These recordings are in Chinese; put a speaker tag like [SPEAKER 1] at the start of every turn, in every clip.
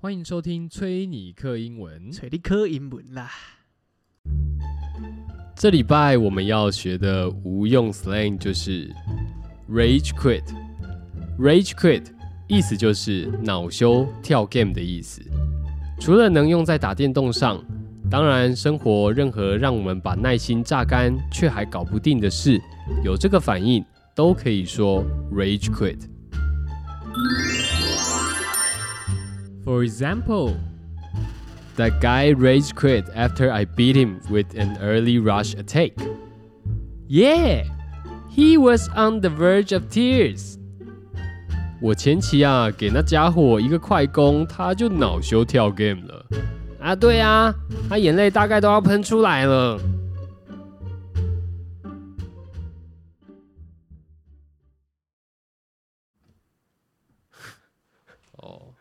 [SPEAKER 1] 欢迎收听崔尼克英文。
[SPEAKER 2] 嗯找你考英文啦。
[SPEAKER 1] 这礼拜我们要学的无用 slang 就是 rage quit。rage quit 意思就是恼羞跳 game 的意思。除了能用在打电动上，当然生活任何让我们把耐心榨干却还搞不定的事，有这个反应都可以说 rage quit。For example, That guy rage quit after I beat him with an early rush attack. Yeah, he was on the verge of tears. 我前期啊给那家伙一个快攻，他就恼羞跳 game 了。啊，对啊，他眼泪大概都要喷出来了。 哦，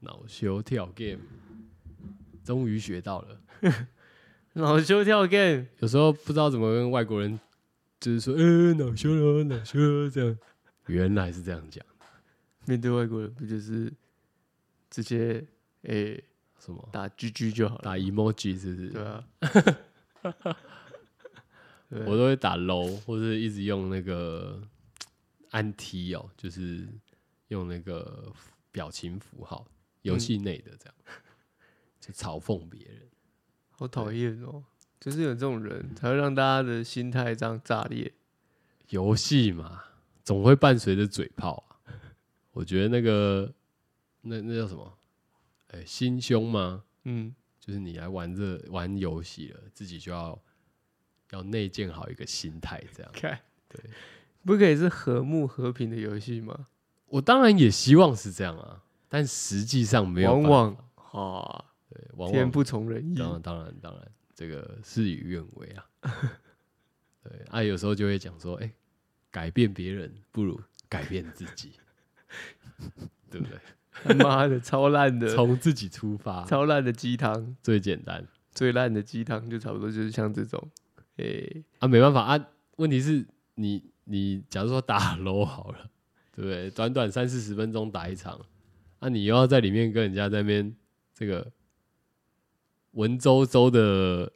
[SPEAKER 1] 恼羞跳 game。终于学到了。
[SPEAKER 2] 恼羞跳 game，
[SPEAKER 1] 有时候不知道怎么跟外国人，就是说，呃，恼羞了，恼羞了，这样，原来是这样讲，
[SPEAKER 2] 面对外国人不就是直接诶、
[SPEAKER 1] 什么
[SPEAKER 2] 打 GG 就好了？
[SPEAKER 1] 打 emoji 是不
[SPEAKER 2] 对
[SPEAKER 1] 是？
[SPEAKER 2] 啊， 对
[SPEAKER 1] 我都会打 low，或是一直用那个按 T 哦，就是用那个表情符号，游戏内的这样，就嘲讽别人。
[SPEAKER 2] 好讨厌哦！就是有这种人，才会让大家的心态这样炸裂。
[SPEAKER 1] 游戏嘛，总会伴随着嘴炮啊。我觉得那个那那叫什么？哎、心胸吗？
[SPEAKER 2] 嗯，
[SPEAKER 1] 就是你来玩这玩游戏了，自己就要要内建好一个心态，这样。
[SPEAKER 2] 看，
[SPEAKER 1] 对，
[SPEAKER 2] 不可以是和睦和平的游戏吗？
[SPEAKER 1] 我当然也希望是这样啊，但实际上没有
[SPEAKER 2] 往
[SPEAKER 1] 办法，
[SPEAKER 2] 往啊，
[SPEAKER 1] 对，往
[SPEAKER 2] 天
[SPEAKER 1] 往
[SPEAKER 2] 不从人意。
[SPEAKER 1] 当然当然当然，这个事与愿违啊。 对，啊，有时候就会讲说，哎、改变别人不如改变自己， 对不 对？
[SPEAKER 2] 他妈 的，超烂的，
[SPEAKER 1] 从自己出发
[SPEAKER 2] 超烂的鸡汤，
[SPEAKER 1] 最简单
[SPEAKER 2] 最烂的鸡汤就差不多就是像这种，欸诶、
[SPEAKER 1] 啊，没办法啊。问题是你你假如说打 LO 好了，对不对？短短三四十分钟打一场，啊，你又要在里面跟人家在那边这个文绉绉的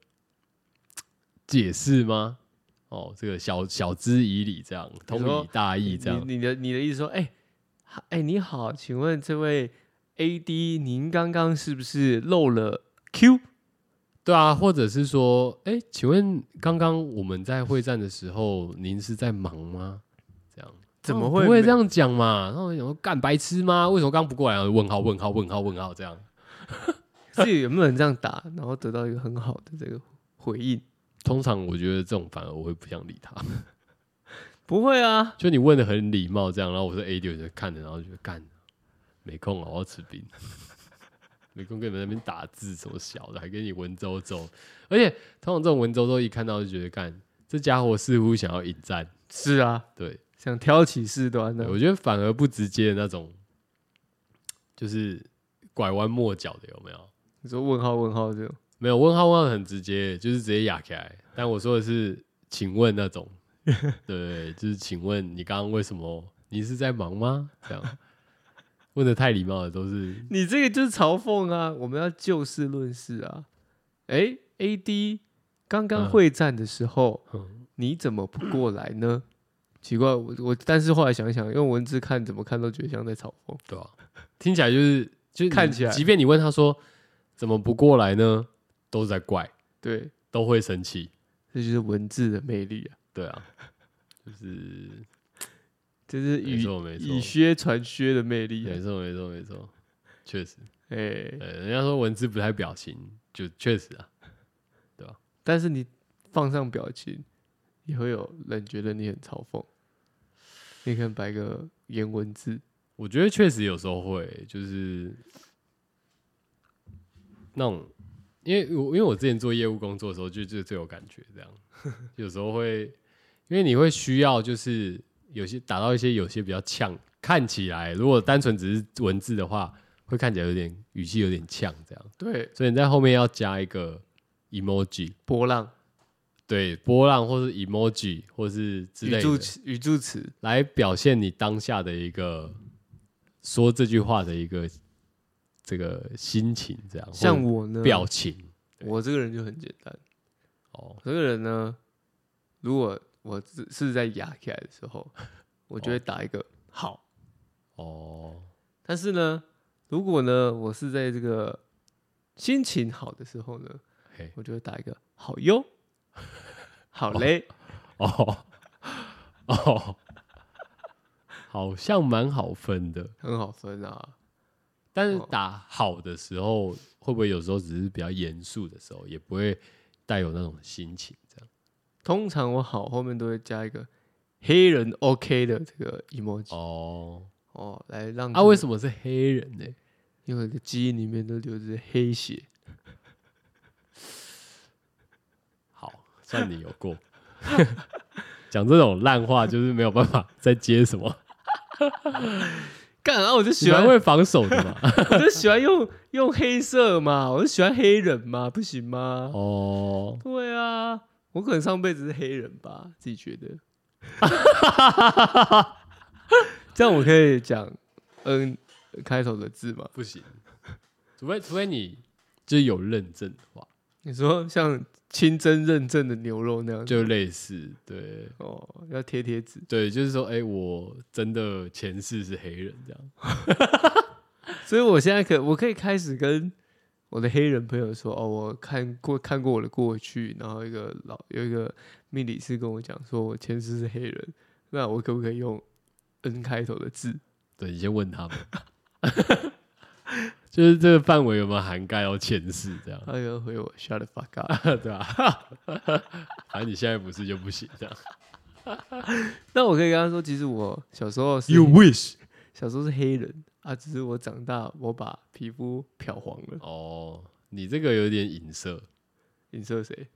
[SPEAKER 1] 解释吗？哦，这个小小之以理这样，通理大义这样，
[SPEAKER 2] 你你的你的意思说，哎、哈哎、你好，请问这位 AD，您刚刚是不是漏了 Q？
[SPEAKER 1] 对啊，或者是说，哎，请问刚刚我们在会战的时候，您是在忙吗？这样。
[SPEAKER 2] 怎么
[SPEAKER 1] 哦
[SPEAKER 2] 会、
[SPEAKER 1] 不会这？样讲嘛？然后我想说干白痴吗？为什么刚不过来啊？问号问号问号问号这样，
[SPEAKER 2] 是有没有人这样打，然后得到一个很好的这个回应？
[SPEAKER 1] 通常我觉得这种反而我会不想理他。
[SPEAKER 2] 不会啊，
[SPEAKER 1] 就你问的很礼貌这样，然后我是 A 六就看着，然后就觉得干没空了，我要吃冰， 没空跟你们那边打字什么小的，还给你文绉绉。而且通常这种文绉绉一看到就觉得干这家伙似乎想要引战，
[SPEAKER 2] 是啊，
[SPEAKER 1] 对。
[SPEAKER 2] 想挑起事端
[SPEAKER 1] 对
[SPEAKER 2] 的、
[SPEAKER 1] 我觉得反而不直接的那种，就是拐弯抹角的有没有？
[SPEAKER 2] 你说问号问号这种，
[SPEAKER 1] 没有问号问号很直接，就是直接哑起来。但我说的是，请问那种， 对，就是请问你刚刚为什么？你是在忙吗？这样问的太礼貌了，都是
[SPEAKER 2] 你这个就是嘲讽啊！我们要就事论事啊。哎、a d 刚刚
[SPEAKER 1] 嗯
[SPEAKER 2] 会战的时候，
[SPEAKER 1] 嗯
[SPEAKER 2] 你怎么不过来呢？奇怪，我我但是后来想想，用文字看怎么看都觉得像在嘲讽。
[SPEAKER 1] 对吧、听起来就是就是你
[SPEAKER 2] 看起来
[SPEAKER 1] 即便你问他说怎么不过来呢，都是在怪，
[SPEAKER 2] 对，
[SPEAKER 1] 都会生气。
[SPEAKER 2] 这就是文字的魅力啊，
[SPEAKER 1] 对啊，就是
[SPEAKER 2] 这是
[SPEAKER 1] 没
[SPEAKER 2] 以
[SPEAKER 1] 错没错
[SPEAKER 2] 以靴传靴的魅力啊
[SPEAKER 1] 没。错没错没错，确实，
[SPEAKER 2] 哎、
[SPEAKER 1] 呃，人家说文字不带表情，就确实啊，
[SPEAKER 2] 但是你放上表情，也会有人觉得你很嘲讽。你可能摆个颜文字，
[SPEAKER 1] 我觉得确实有时候会，就是那种，因为我因为我之前做业务工作的时候，就就最有感觉这样。有时候会，因为你会需要就是有些打到一些有些比较呛，看起来如果单纯只是文字的话，会看起来有点语气有点呛这样，
[SPEAKER 2] 对，
[SPEAKER 1] 所以你在后面要加一个 emoji，
[SPEAKER 2] 波浪、
[SPEAKER 1] 对波浪或是 emoji 或是之
[SPEAKER 2] 语
[SPEAKER 1] 类
[SPEAKER 2] 助
[SPEAKER 1] 的，
[SPEAKER 2] 词、语助词，
[SPEAKER 1] 来表现你当下的一个说这句话的一个这个心情这样，
[SPEAKER 2] 像
[SPEAKER 1] 或
[SPEAKER 2] 我呢
[SPEAKER 1] 者，表情对
[SPEAKER 2] 我这个人就很简单。
[SPEAKER 1] 哦
[SPEAKER 2] 我这个人呢，如果我是是在压起来的 时候，我就会打一个好。
[SPEAKER 1] 哦
[SPEAKER 2] 但是呢，如果呢我是在这个心情好的时候呢，
[SPEAKER 1] 嘿
[SPEAKER 2] 我就会打一个 好哟，好嘞，
[SPEAKER 1] 哦哦，好像蛮好分的，
[SPEAKER 2] 很好分啊。
[SPEAKER 1] 但是
[SPEAKER 2] 哦
[SPEAKER 1] 打好的时候，会不会有时候只是比较严肃的时候，也不会带有那种心情这样？
[SPEAKER 2] 通常我好后面都会加一个黑人 OK 的这个 emoji
[SPEAKER 1] 哦，
[SPEAKER 2] 哦，来让
[SPEAKER 1] 啊，为
[SPEAKER 2] 么？
[SPEAKER 1] 什么是黑人呢？
[SPEAKER 2] 因为我的基因里面都流着黑血。
[SPEAKER 1] 好，算你有过。 讲这种烂话就是没有办法再接什么，
[SPEAKER 2] 干啊！我就
[SPEAKER 1] 你
[SPEAKER 2] 喜欢
[SPEAKER 1] 蛮，会防守的嘛。
[SPEAKER 2] 我就喜欢用用黑色嘛，我就喜欢黑人嘛，不行吗？
[SPEAKER 1] 哦，
[SPEAKER 2] 对啊，我可能上辈子是黑人吧，自己觉得。 这样我可以讲 N 开头的字吗？
[SPEAKER 1] 不行， 除非除非你就是有认证的话，
[SPEAKER 2] 你说像清真认证的牛肉那样子
[SPEAKER 1] 就类似对
[SPEAKER 2] 哦，要贴贴纸，
[SPEAKER 1] 对，就是说，哎、我真的前世是黑人这样。
[SPEAKER 2] 所以我现在可我可以开始跟我的黑人朋友说，哦，我看过看过我的过去，然后一个老有一个命理师跟我讲说，我前世是黑人，那我可不可以用 N 开头的字？
[SPEAKER 1] 对，你先问他们， 就是这个范围有没有涵盖到前世这样，
[SPEAKER 2] 他就回我 shut the fuck up。
[SPEAKER 1] 对吧？ 反正你现在不是就不行这样。
[SPEAKER 2] 那我可以跟他说，其实我小时候是
[SPEAKER 1] wish
[SPEAKER 2] 小时候是黑人啊，只是我长大我把皮肤漂黄了。
[SPEAKER 1] 哦，你这个有点影射，
[SPEAKER 2] 影射谁？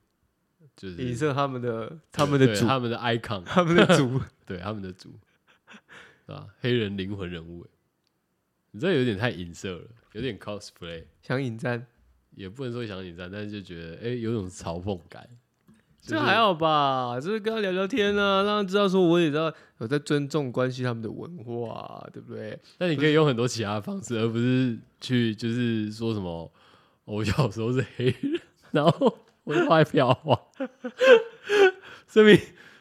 [SPEAKER 1] 就是
[SPEAKER 2] 影射他们的
[SPEAKER 1] 对
[SPEAKER 2] 他们的
[SPEAKER 1] 对
[SPEAKER 2] 主，
[SPEAKER 1] 他们的 icon，
[SPEAKER 2] 他们的主。
[SPEAKER 1] 对他们的主，对吧？黑人灵魂人物，哎你这有点太影射了，有点 cosplay，
[SPEAKER 2] 想引战，
[SPEAKER 1] 也不能说想引战，但是就觉得哎、有种嘲讽感。
[SPEAKER 2] 这还好吧？就是跟他聊聊天啊，让他知道说我也知道有在尊重关系他们的文化啊、对不对？
[SPEAKER 1] 那你可以用很多其他方式，而不是去就是说什么哦我小时候是黑人，然后我的外表黄，说明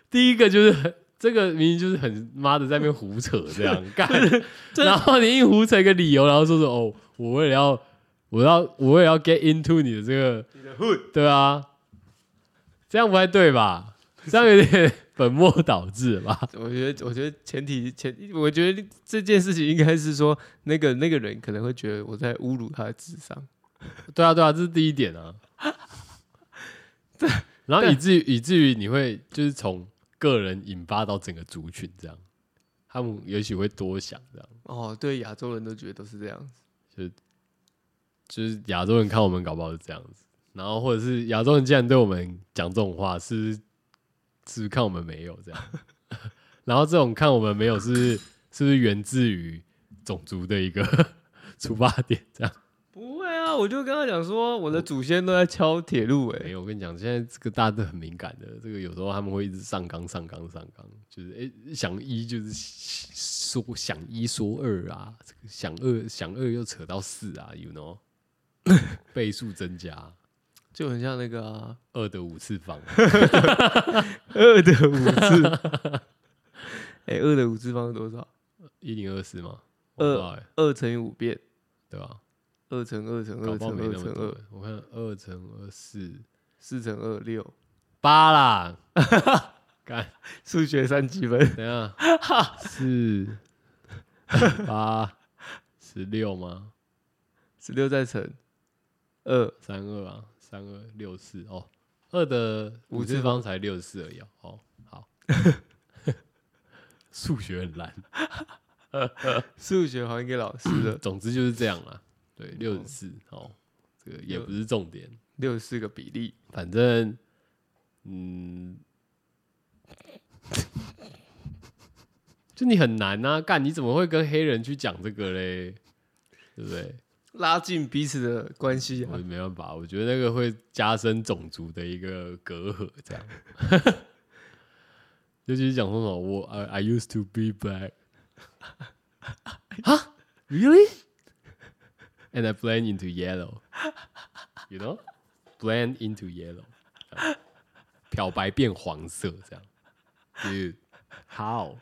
[SPEAKER 1] 第一个就是很这个明明就是很妈的在那边胡扯这样干，然后你硬胡扯一个理由，然后说说哦，我为了要我要我为了要 get into 你的这个
[SPEAKER 2] 你的 hood
[SPEAKER 1] 对啊，这样不太对吧？这样有点本末倒置吧？
[SPEAKER 2] 我觉得，我觉得前提前，我觉得这件事情应该是说，那个那个人可能会觉得我在侮辱他的智商。
[SPEAKER 1] 对啊，对啊，这是第一点啊。 然后以至于以至于你会就是从个人引发到整个族群这样，他们也许会多想这样，
[SPEAKER 2] 哦，对，亚洲人都觉得都是这样子。
[SPEAKER 1] 就是亚洲人看我们搞不好是这样子，然后或者是亚洲人既然对我们讲这种话，是不是是不是看我们没有这样？ 然后这种看我们没有是不是是不是源自于种族的一个 出发点这样？
[SPEAKER 2] 不会啊，我就跟他讲说，我的祖先都在敲铁路、欸，
[SPEAKER 1] 没有，我跟你讲，现在这个大家都很敏感的，这个有时候他们会一直上纲上纲上纲，就是哎、诶想一就是说想一说二啊，这个想二想二又扯到四啊，you know，倍 数增加
[SPEAKER 2] 就很像那个啊
[SPEAKER 1] 二的五次方，
[SPEAKER 2] 二的五次。 哎、二的五次方是多少？
[SPEAKER 1] 一零二四吗？我不知道
[SPEAKER 2] 二
[SPEAKER 1] 欸
[SPEAKER 2] 二乘以五变，
[SPEAKER 1] 对吧？
[SPEAKER 2] 二乘二乘
[SPEAKER 1] 搞
[SPEAKER 2] 二
[SPEAKER 1] 不好
[SPEAKER 2] 乘
[SPEAKER 1] 没
[SPEAKER 2] 二
[SPEAKER 1] 那么
[SPEAKER 2] 乘
[SPEAKER 1] 多
[SPEAKER 2] 二，，
[SPEAKER 1] 我看二乘二四
[SPEAKER 2] 四乘二六，
[SPEAKER 1] 八啦，干
[SPEAKER 2] 数学三积分。
[SPEAKER 1] 等一下 四八十六吗？
[SPEAKER 2] 十六再乘二，
[SPEAKER 1] 三二啊，三二六四哦，二的五
[SPEAKER 2] 五次
[SPEAKER 1] 次方才六十四而已哦哦。好， 数学很烂，。
[SPEAKER 2] 数学还给老师了
[SPEAKER 1] 总之就是这样啦。对，六十四哦，这个也不是重点，
[SPEAKER 2] 六十四个比例，
[SPEAKER 1] 反正嗯， 就你很难啊，干你怎么会跟黑人去讲这个嘞？对不对？
[SPEAKER 2] 拉近彼此的关系
[SPEAKER 1] 我
[SPEAKER 2] 啊。
[SPEAKER 1] 没办法，我觉得那个会加深种族的一个隔阂，这样。 尤其是讲说什么我 I I used to be black，啊，really？ and I blend into yellow. You know, blend into yellow，这样漂白变黄色这样。Dude, how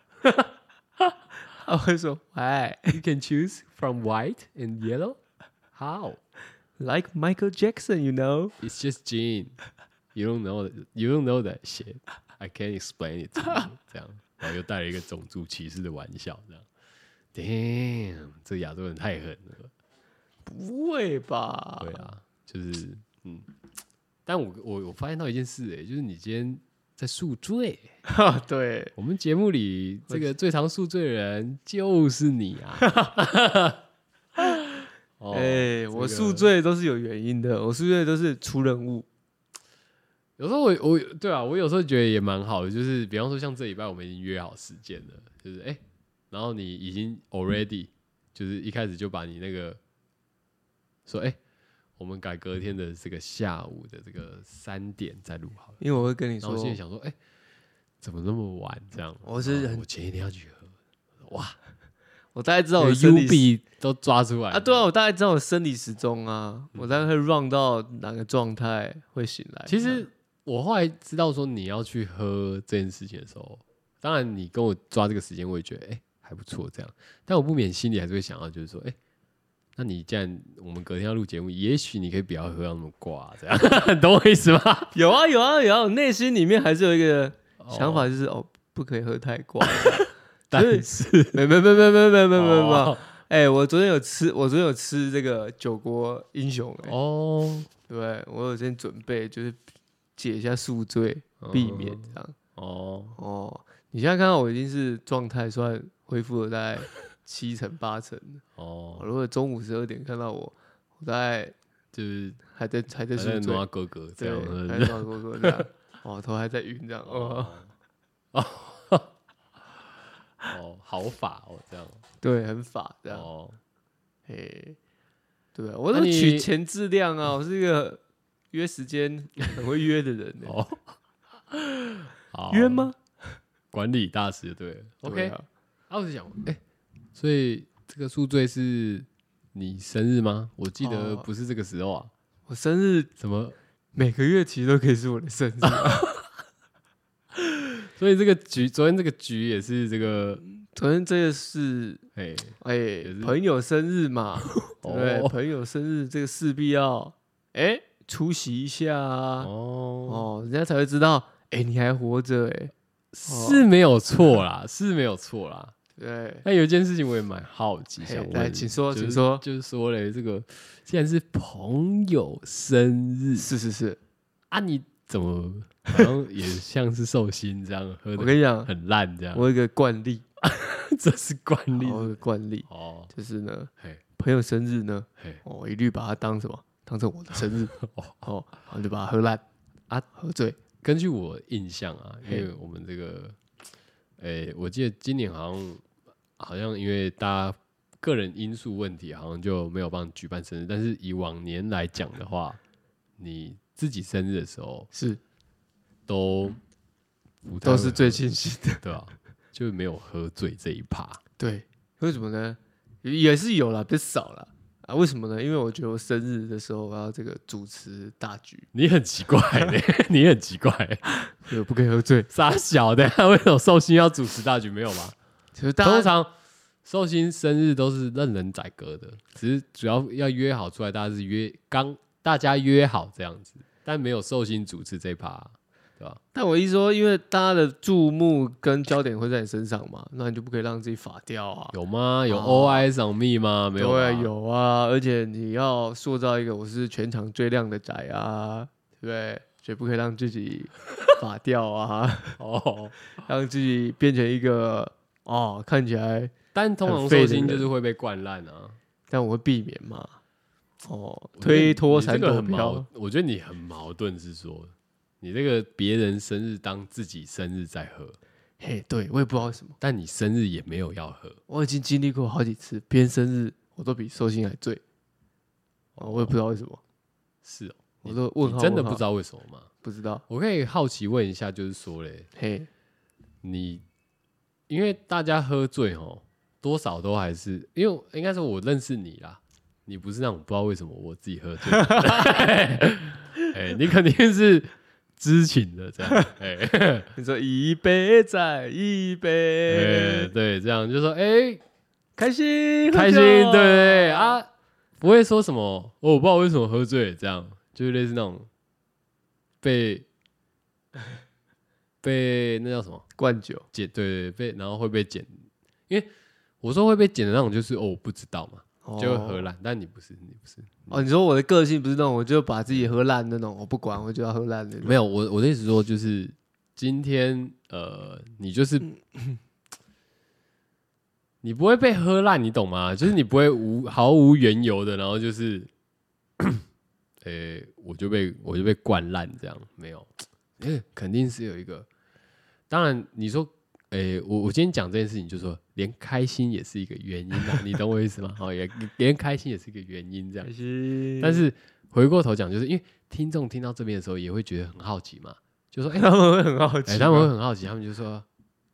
[SPEAKER 2] 他会说 Why
[SPEAKER 1] you can choose from white and yellow? How?
[SPEAKER 2] like Michael Jackson, you know?
[SPEAKER 1] It's just gene. You don't know that. You don't know that shit. I can't explain it to you. 这样，然后又带了一个种族歧视的玩笑，这样。Damn，这亚洲人太狠了。
[SPEAKER 2] 不会吧？
[SPEAKER 1] 对啊，就是嗯，但我我我发现到一件事、欸，就是你今天在宿醉。
[SPEAKER 2] 啊，对，
[SPEAKER 1] 我们节目里这个最常宿醉的人就是你啊！哦
[SPEAKER 2] 哎、我
[SPEAKER 1] 这个
[SPEAKER 2] 宿醉都是有原因的，我宿醉都是出人物。
[SPEAKER 1] 有时候我我对啊，我有时候觉得也蛮好的，就是比方说像这礼拜我们已经约好时间了，就是哎、然后你已经 already 就是一开始就把你那个说哎、我们改隔天的这个下午的这个三点再录好了。
[SPEAKER 2] 因为我会跟你
[SPEAKER 1] 然
[SPEAKER 2] 说
[SPEAKER 1] 后，现在想说，哎、怎么那么晚这样？
[SPEAKER 2] 我是
[SPEAKER 1] 然后
[SPEAKER 2] 很
[SPEAKER 1] 我前一天要去喝，哇，
[SPEAKER 2] 我大概知道
[SPEAKER 1] 那
[SPEAKER 2] 我
[SPEAKER 1] 个
[SPEAKER 2] 身
[SPEAKER 1] 哎 U
[SPEAKER 2] 体
[SPEAKER 1] B 都抓出来
[SPEAKER 2] 啊，
[SPEAKER 1] 了
[SPEAKER 2] 对啊，我大概知道我生理时钟啊，我大概会 run 到哪个状态会醒来。
[SPEAKER 1] 其实我后来知道说你要去喝这件事情的时候，当然你跟我抓这个时间，我也觉得哎、还不错这样，但我不免心里还是会想到，就是说哎。那你既然我们隔天要录节目，也许你可以不要喝到那么挂，这样 懂我意思吗？
[SPEAKER 2] 有啊有啊有啊，我内心里面还是有一个 想
[SPEAKER 1] 哦，
[SPEAKER 2] 法，就是哦，不可以喝太挂。
[SPEAKER 1] 但是
[SPEAKER 2] 没没没没没 没没没没
[SPEAKER 1] 哦，
[SPEAKER 2] 哎，我昨天有吃，我昨天有吃这个九国英雄，哎，
[SPEAKER 1] 哦，
[SPEAKER 2] 对我有先准备，就是解一下宿醉，避免这样。
[SPEAKER 1] 哦，
[SPEAKER 2] 哦，你现在看到我已经是状态算恢复了大概七成八成了。
[SPEAKER 1] 哦，
[SPEAKER 2] 如果中午十二点看到我，我大概
[SPEAKER 1] 就是
[SPEAKER 2] 还在还在
[SPEAKER 1] 还在
[SPEAKER 2] 宿
[SPEAKER 1] 挪
[SPEAKER 2] 醉，
[SPEAKER 1] 哥哥这
[SPEAKER 2] 对
[SPEAKER 1] 样，呃，
[SPEAKER 2] 还在暖锅锅这样，哦，头还在晕这样，哦，
[SPEAKER 1] 哦，好法哦，这样
[SPEAKER 2] 对，很法这样，
[SPEAKER 1] 哦，
[SPEAKER 2] 嘿，对啊，我
[SPEAKER 1] 那
[SPEAKER 2] 都取
[SPEAKER 1] 你
[SPEAKER 2] 前质量啊，我 是一个约时间很会约的人欸呢，
[SPEAKER 1] 哦，好
[SPEAKER 2] 约？吗
[SPEAKER 1] 管理大师就对了
[SPEAKER 2] 对
[SPEAKER 1] ，OK。
[SPEAKER 2] 啊
[SPEAKER 1] 啊，我就想，哎，所以这个宿醉是你生日吗？我记得
[SPEAKER 2] 哦
[SPEAKER 1] 不是这个时候啊，
[SPEAKER 2] 我生日
[SPEAKER 1] 怎么？
[SPEAKER 2] 每个月其实都可以是我的生日，
[SPEAKER 1] 所以这个局，昨天这个局也是这个，
[SPEAKER 2] 昨天这个是
[SPEAKER 1] 哎，
[SPEAKER 2] 哎
[SPEAKER 1] 是
[SPEAKER 2] 朋友生日嘛，对不对？
[SPEAKER 1] 哦
[SPEAKER 2] 朋友生日这个势必要哎出席一下啊，
[SPEAKER 1] 哦，
[SPEAKER 2] 哦，人家才会知道哎你还活着哎，
[SPEAKER 1] 是没有错啦，是没有错啦。
[SPEAKER 2] 对，
[SPEAKER 1] 那有一件事情我也蛮好奇，
[SPEAKER 2] 嘿
[SPEAKER 1] 想问你，
[SPEAKER 2] 来请说
[SPEAKER 1] 就
[SPEAKER 2] 请
[SPEAKER 1] 是
[SPEAKER 2] 说
[SPEAKER 1] 就是说嘞，这个既然是朋友生日
[SPEAKER 2] 是是是，
[SPEAKER 1] 啊，你怎么好像也像是寿星这样喝
[SPEAKER 2] 我
[SPEAKER 1] 的
[SPEAKER 2] 跟你讲，
[SPEAKER 1] 很烂这样？
[SPEAKER 2] 我有一个惯例，
[SPEAKER 1] 这是惯
[SPEAKER 2] 我
[SPEAKER 1] 例
[SPEAKER 2] 有一个惯例
[SPEAKER 1] 哦，
[SPEAKER 2] 就是呢，
[SPEAKER 1] 嘿
[SPEAKER 2] 朋友生日呢，
[SPEAKER 1] 嘿，
[SPEAKER 2] 哦我一律把它当什么？当成我的生日
[SPEAKER 1] 哦
[SPEAKER 2] 哦，然后就把它喝烂啊，喝醉，
[SPEAKER 1] 根据我印象啊，因
[SPEAKER 2] 嘿
[SPEAKER 1] 为我们这个，诶，我记得今年好像呃好像因为大家个人因素问题，好像就没有帮你举办生日，但是以往年来讲的话，你自己生日的时候。
[SPEAKER 2] 是
[SPEAKER 1] 都不太
[SPEAKER 2] 都
[SPEAKER 1] 会
[SPEAKER 2] 是最清醒的。
[SPEAKER 1] 喝对吧、就没有喝醉这一趴。
[SPEAKER 2] 对，为什么呢？也是有啦，比较少啦。啊，为什么呢？因为我觉得我生日的时候我要这个主持大局，
[SPEAKER 1] 你很奇怪、欸，你很奇怪、
[SPEAKER 2] 所以我不可以喝醉。
[SPEAKER 1] 傻小的，为什么寿星要主持大局没有吗？
[SPEAKER 2] 其实大
[SPEAKER 1] 通
[SPEAKER 2] 家
[SPEAKER 1] 常寿星生日都是任人宰割的，只是主要要约好出来，大家是约刚大家约好这样子，但没有寿星主持这一趴、啊对吧？
[SPEAKER 2] 但我一说，因为大家的注目跟焦点会在你身上嘛，那你就不可以让自己法掉啊。
[SPEAKER 1] 有吗？有
[SPEAKER 2] 哦
[SPEAKER 1] OI 赏蜜吗？没有吧，
[SPEAKER 2] 对，有啊，而且你要塑造一个我是全场最靓的仔啊，对不对？所以不可以让自己法掉啊，
[SPEAKER 1] 哦。
[SPEAKER 2] 让自己变成一个哦，看起来，
[SPEAKER 1] 但通常
[SPEAKER 2] 很废
[SPEAKER 1] 寿
[SPEAKER 2] 的
[SPEAKER 1] 星
[SPEAKER 2] 人
[SPEAKER 1] 就是会被灌烂啊。
[SPEAKER 2] 但我会避免嘛，哦，
[SPEAKER 1] 我觉得
[SPEAKER 2] 推脱
[SPEAKER 1] 你这
[SPEAKER 2] 闪
[SPEAKER 1] 个
[SPEAKER 2] 躲
[SPEAKER 1] 很
[SPEAKER 2] 飘
[SPEAKER 1] 矛，，我觉得你很矛盾，是说你这个别人生日当自己生日在喝，
[SPEAKER 2] 嘿，对我也不知道为什么，
[SPEAKER 1] 但你生日也没有要喝。
[SPEAKER 2] 我已经经历过好几次，别人生日我都比寿星还醉，哦，我也不知道为什么，
[SPEAKER 1] 是哦，
[SPEAKER 2] 我都问
[SPEAKER 1] 你
[SPEAKER 2] 号，
[SPEAKER 1] 真的
[SPEAKER 2] 问
[SPEAKER 1] 不
[SPEAKER 2] 号
[SPEAKER 1] 知道为什么吗？
[SPEAKER 2] 不知道，
[SPEAKER 1] 我可以好奇问一下，就是说嘞，
[SPEAKER 2] 嘿，
[SPEAKER 1] 你因为大家喝醉哦，多少都还是因为应该是我认识你啦，你不是那种不知道为什么我自己喝醉 的，哎、你肯定是知情的这样， 哎、
[SPEAKER 2] 你说一杯再一
[SPEAKER 1] 哎
[SPEAKER 2] 杯，
[SPEAKER 1] 对，这样就说哎、
[SPEAKER 2] 开心
[SPEAKER 1] 开心，对
[SPEAKER 2] 喝
[SPEAKER 1] 对
[SPEAKER 2] 酒
[SPEAKER 1] 对啊，不会说什么哦，我不知道为什么喝醉，这样就是类似那种被被那叫什么
[SPEAKER 2] 灌酒，
[SPEAKER 1] 剪，对对对，被然后会被剪，因为我说会被剪的那种就是哦，我不知道嘛，就
[SPEAKER 2] 哦
[SPEAKER 1] 荷兰，但你不是，你不是，
[SPEAKER 2] 哦，你说我的个性不是那种，我就把自己喝烂那种，我不管，我就要喝烂的。
[SPEAKER 1] 没有，我我的意思说就是今天呃，你就是。 你不会被喝烂，你懂吗？就是你不会无毫无缘由的，然后就是， 呃、我就被我就被灌烂这样，没有，诶肯定是有一个。当然，你说，诶、我我今天讲这件事情，就说连开心也是一个原因啊，你懂我意思吗？哦，也连开心也是一个原因这样
[SPEAKER 2] 开。心，
[SPEAKER 1] 但是回过头讲，就是因为听众听到这边的时候，也会觉得很好奇嘛，就说：“哎、
[SPEAKER 2] 他们会很 好
[SPEAKER 1] 哎、
[SPEAKER 2] 奇吗，
[SPEAKER 1] 他们会很好奇，他们就说：‘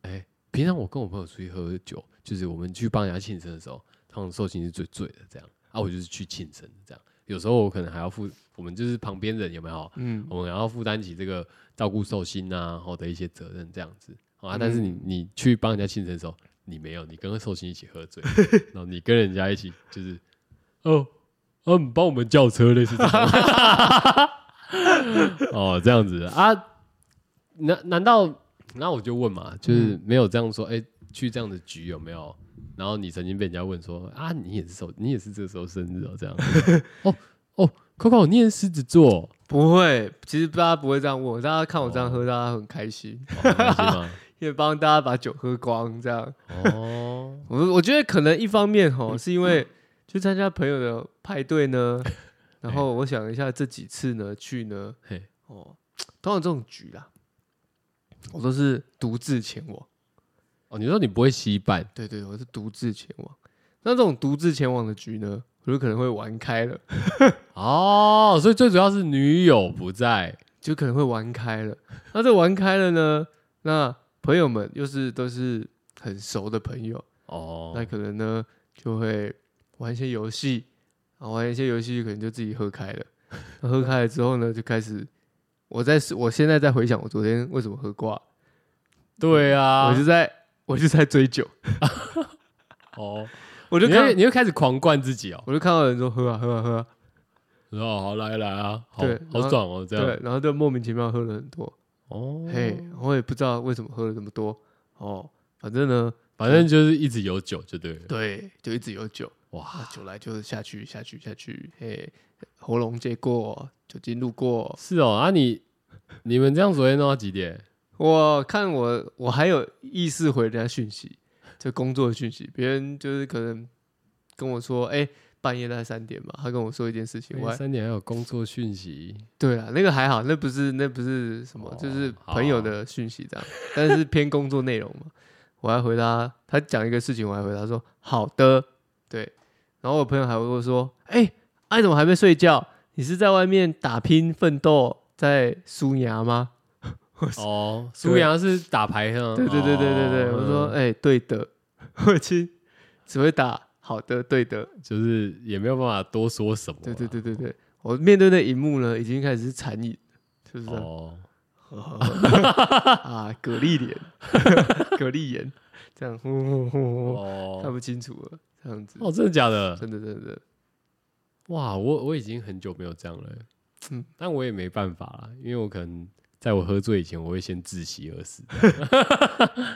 [SPEAKER 1] 哎、平常我跟我朋友出去喝酒，就是我们去帮人家庆生的时候，他们寿星是最醉的，这样啊，我就是去庆生这样。有时候我可能还要负，我们就是旁边人有没有？
[SPEAKER 2] 嗯，
[SPEAKER 1] 我们然后负担起这个照顾寿星啊，或的一些责任这样子好啊。但是你你去帮人家庆生的时候，你没有，你跟寿星一起喝醉，然后你跟人家一起就是哦，哦，你帮我们叫车类似这样， 哦，这样子啊？难难道那我就问嘛，就是没有这样说，哎、去这样的局有没有？然后你曾经被人家问说啊，你也是寿，你也是这时候生日哦，这样哦哦，Coco，你也是狮子座哦、
[SPEAKER 2] 不会，其实大家不会这样问我，大家看我这样
[SPEAKER 1] 哦
[SPEAKER 2] 喝，大家很开心，
[SPEAKER 1] 哦没关系嘛
[SPEAKER 2] 也帮大家把酒喝光这样。嗯
[SPEAKER 1] 哦，
[SPEAKER 2] 我我觉得可能一方面吼，是因为去参加朋友的派对 呢，然后我想一下这几次呢去呢，
[SPEAKER 1] 嘿，
[SPEAKER 2] 哦，通常这种局啦，我都是独自前往。
[SPEAKER 1] 哦，你说你不会吸伴
[SPEAKER 2] 对对，我是独自前往。那这种独自前往的局呢，我就可能会玩开了，
[SPEAKER 1] 哦，所以最主要是女友不在
[SPEAKER 2] 就可能会玩开了。那这玩开了呢，那朋友们又是都是很熟的朋友，
[SPEAKER 1] 哦
[SPEAKER 2] 那可能呢就会玩一些游戏，啊，玩一些游戏可能就自己喝开了。那喝开了之后呢，就开始我在我现在在回想我昨天为什么喝挂，
[SPEAKER 1] 对啊，
[SPEAKER 2] 我就在我就在追酒，
[SPEAKER 1] 哦，
[SPEAKER 2] 我
[SPEAKER 1] 你
[SPEAKER 2] 就
[SPEAKER 1] 会
[SPEAKER 2] 看
[SPEAKER 1] 你会开始狂灌自己哦，
[SPEAKER 2] 我就看到有人说喝啊喝啊喝啊，
[SPEAKER 1] 我说哦好来来啊，好
[SPEAKER 2] 对然
[SPEAKER 1] 好
[SPEAKER 2] 后
[SPEAKER 1] 爽哦，这样
[SPEAKER 2] 对，然后就莫名其妙喝了很多。
[SPEAKER 1] 哦，
[SPEAKER 2] 嘿，我也不知道为什么喝了这么多哦，反正呢，
[SPEAKER 1] 反正就是一直有酒就对了，
[SPEAKER 2] 对，就一直有酒，
[SPEAKER 1] 哇
[SPEAKER 2] 啊，，酒来就是下去，下去，下去，嘿，喉咙借过，酒精路过，
[SPEAKER 1] 是哦，啊你你们这样昨天弄到几点？
[SPEAKER 2] 我看我我还有意识回人家讯息，就工作的讯息，别人就是可能跟我说，哎、半夜大概三点吧，他跟我说一件事情，我还
[SPEAKER 1] 哎三点还有工作讯息，
[SPEAKER 2] 对啦，那个还好，那不是那不是什么，
[SPEAKER 1] 哦
[SPEAKER 2] 就是朋友的讯息这样，但是偏工作内容嘛。 我还回答他讲一个事情，我还回答说好的，对。然后我朋友还会说，哎、啊你怎么还没睡觉？你是在外面打拼奋斗在苏牙吗？
[SPEAKER 1] 哦，
[SPEAKER 2] 对
[SPEAKER 1] 苏阳是打牌呢，
[SPEAKER 2] 对对对对对对，
[SPEAKER 1] 嗯哦
[SPEAKER 2] 我说
[SPEAKER 1] 嗯
[SPEAKER 2] 哎、对的， 我其实只会打好的对的，
[SPEAKER 1] 就是也没有办法多说什么啊啦，
[SPEAKER 2] 对对对对对，我面对那荧幕呢，已经开始是残影，是不是？
[SPEAKER 1] 哦。
[SPEAKER 2] 啊，蛤蜊脸，蛤蜊眼，这样呼呼呼呼，看
[SPEAKER 1] 哦，
[SPEAKER 2] 不清楚了，这样子，
[SPEAKER 1] 哦，真的假的？
[SPEAKER 2] 真的真的，
[SPEAKER 1] 哇，我我已经很久没有这样了欸，
[SPEAKER 2] 嗯
[SPEAKER 1] 但我也没办法啦，因为我可能在我喝醉以前，我会先窒息而死。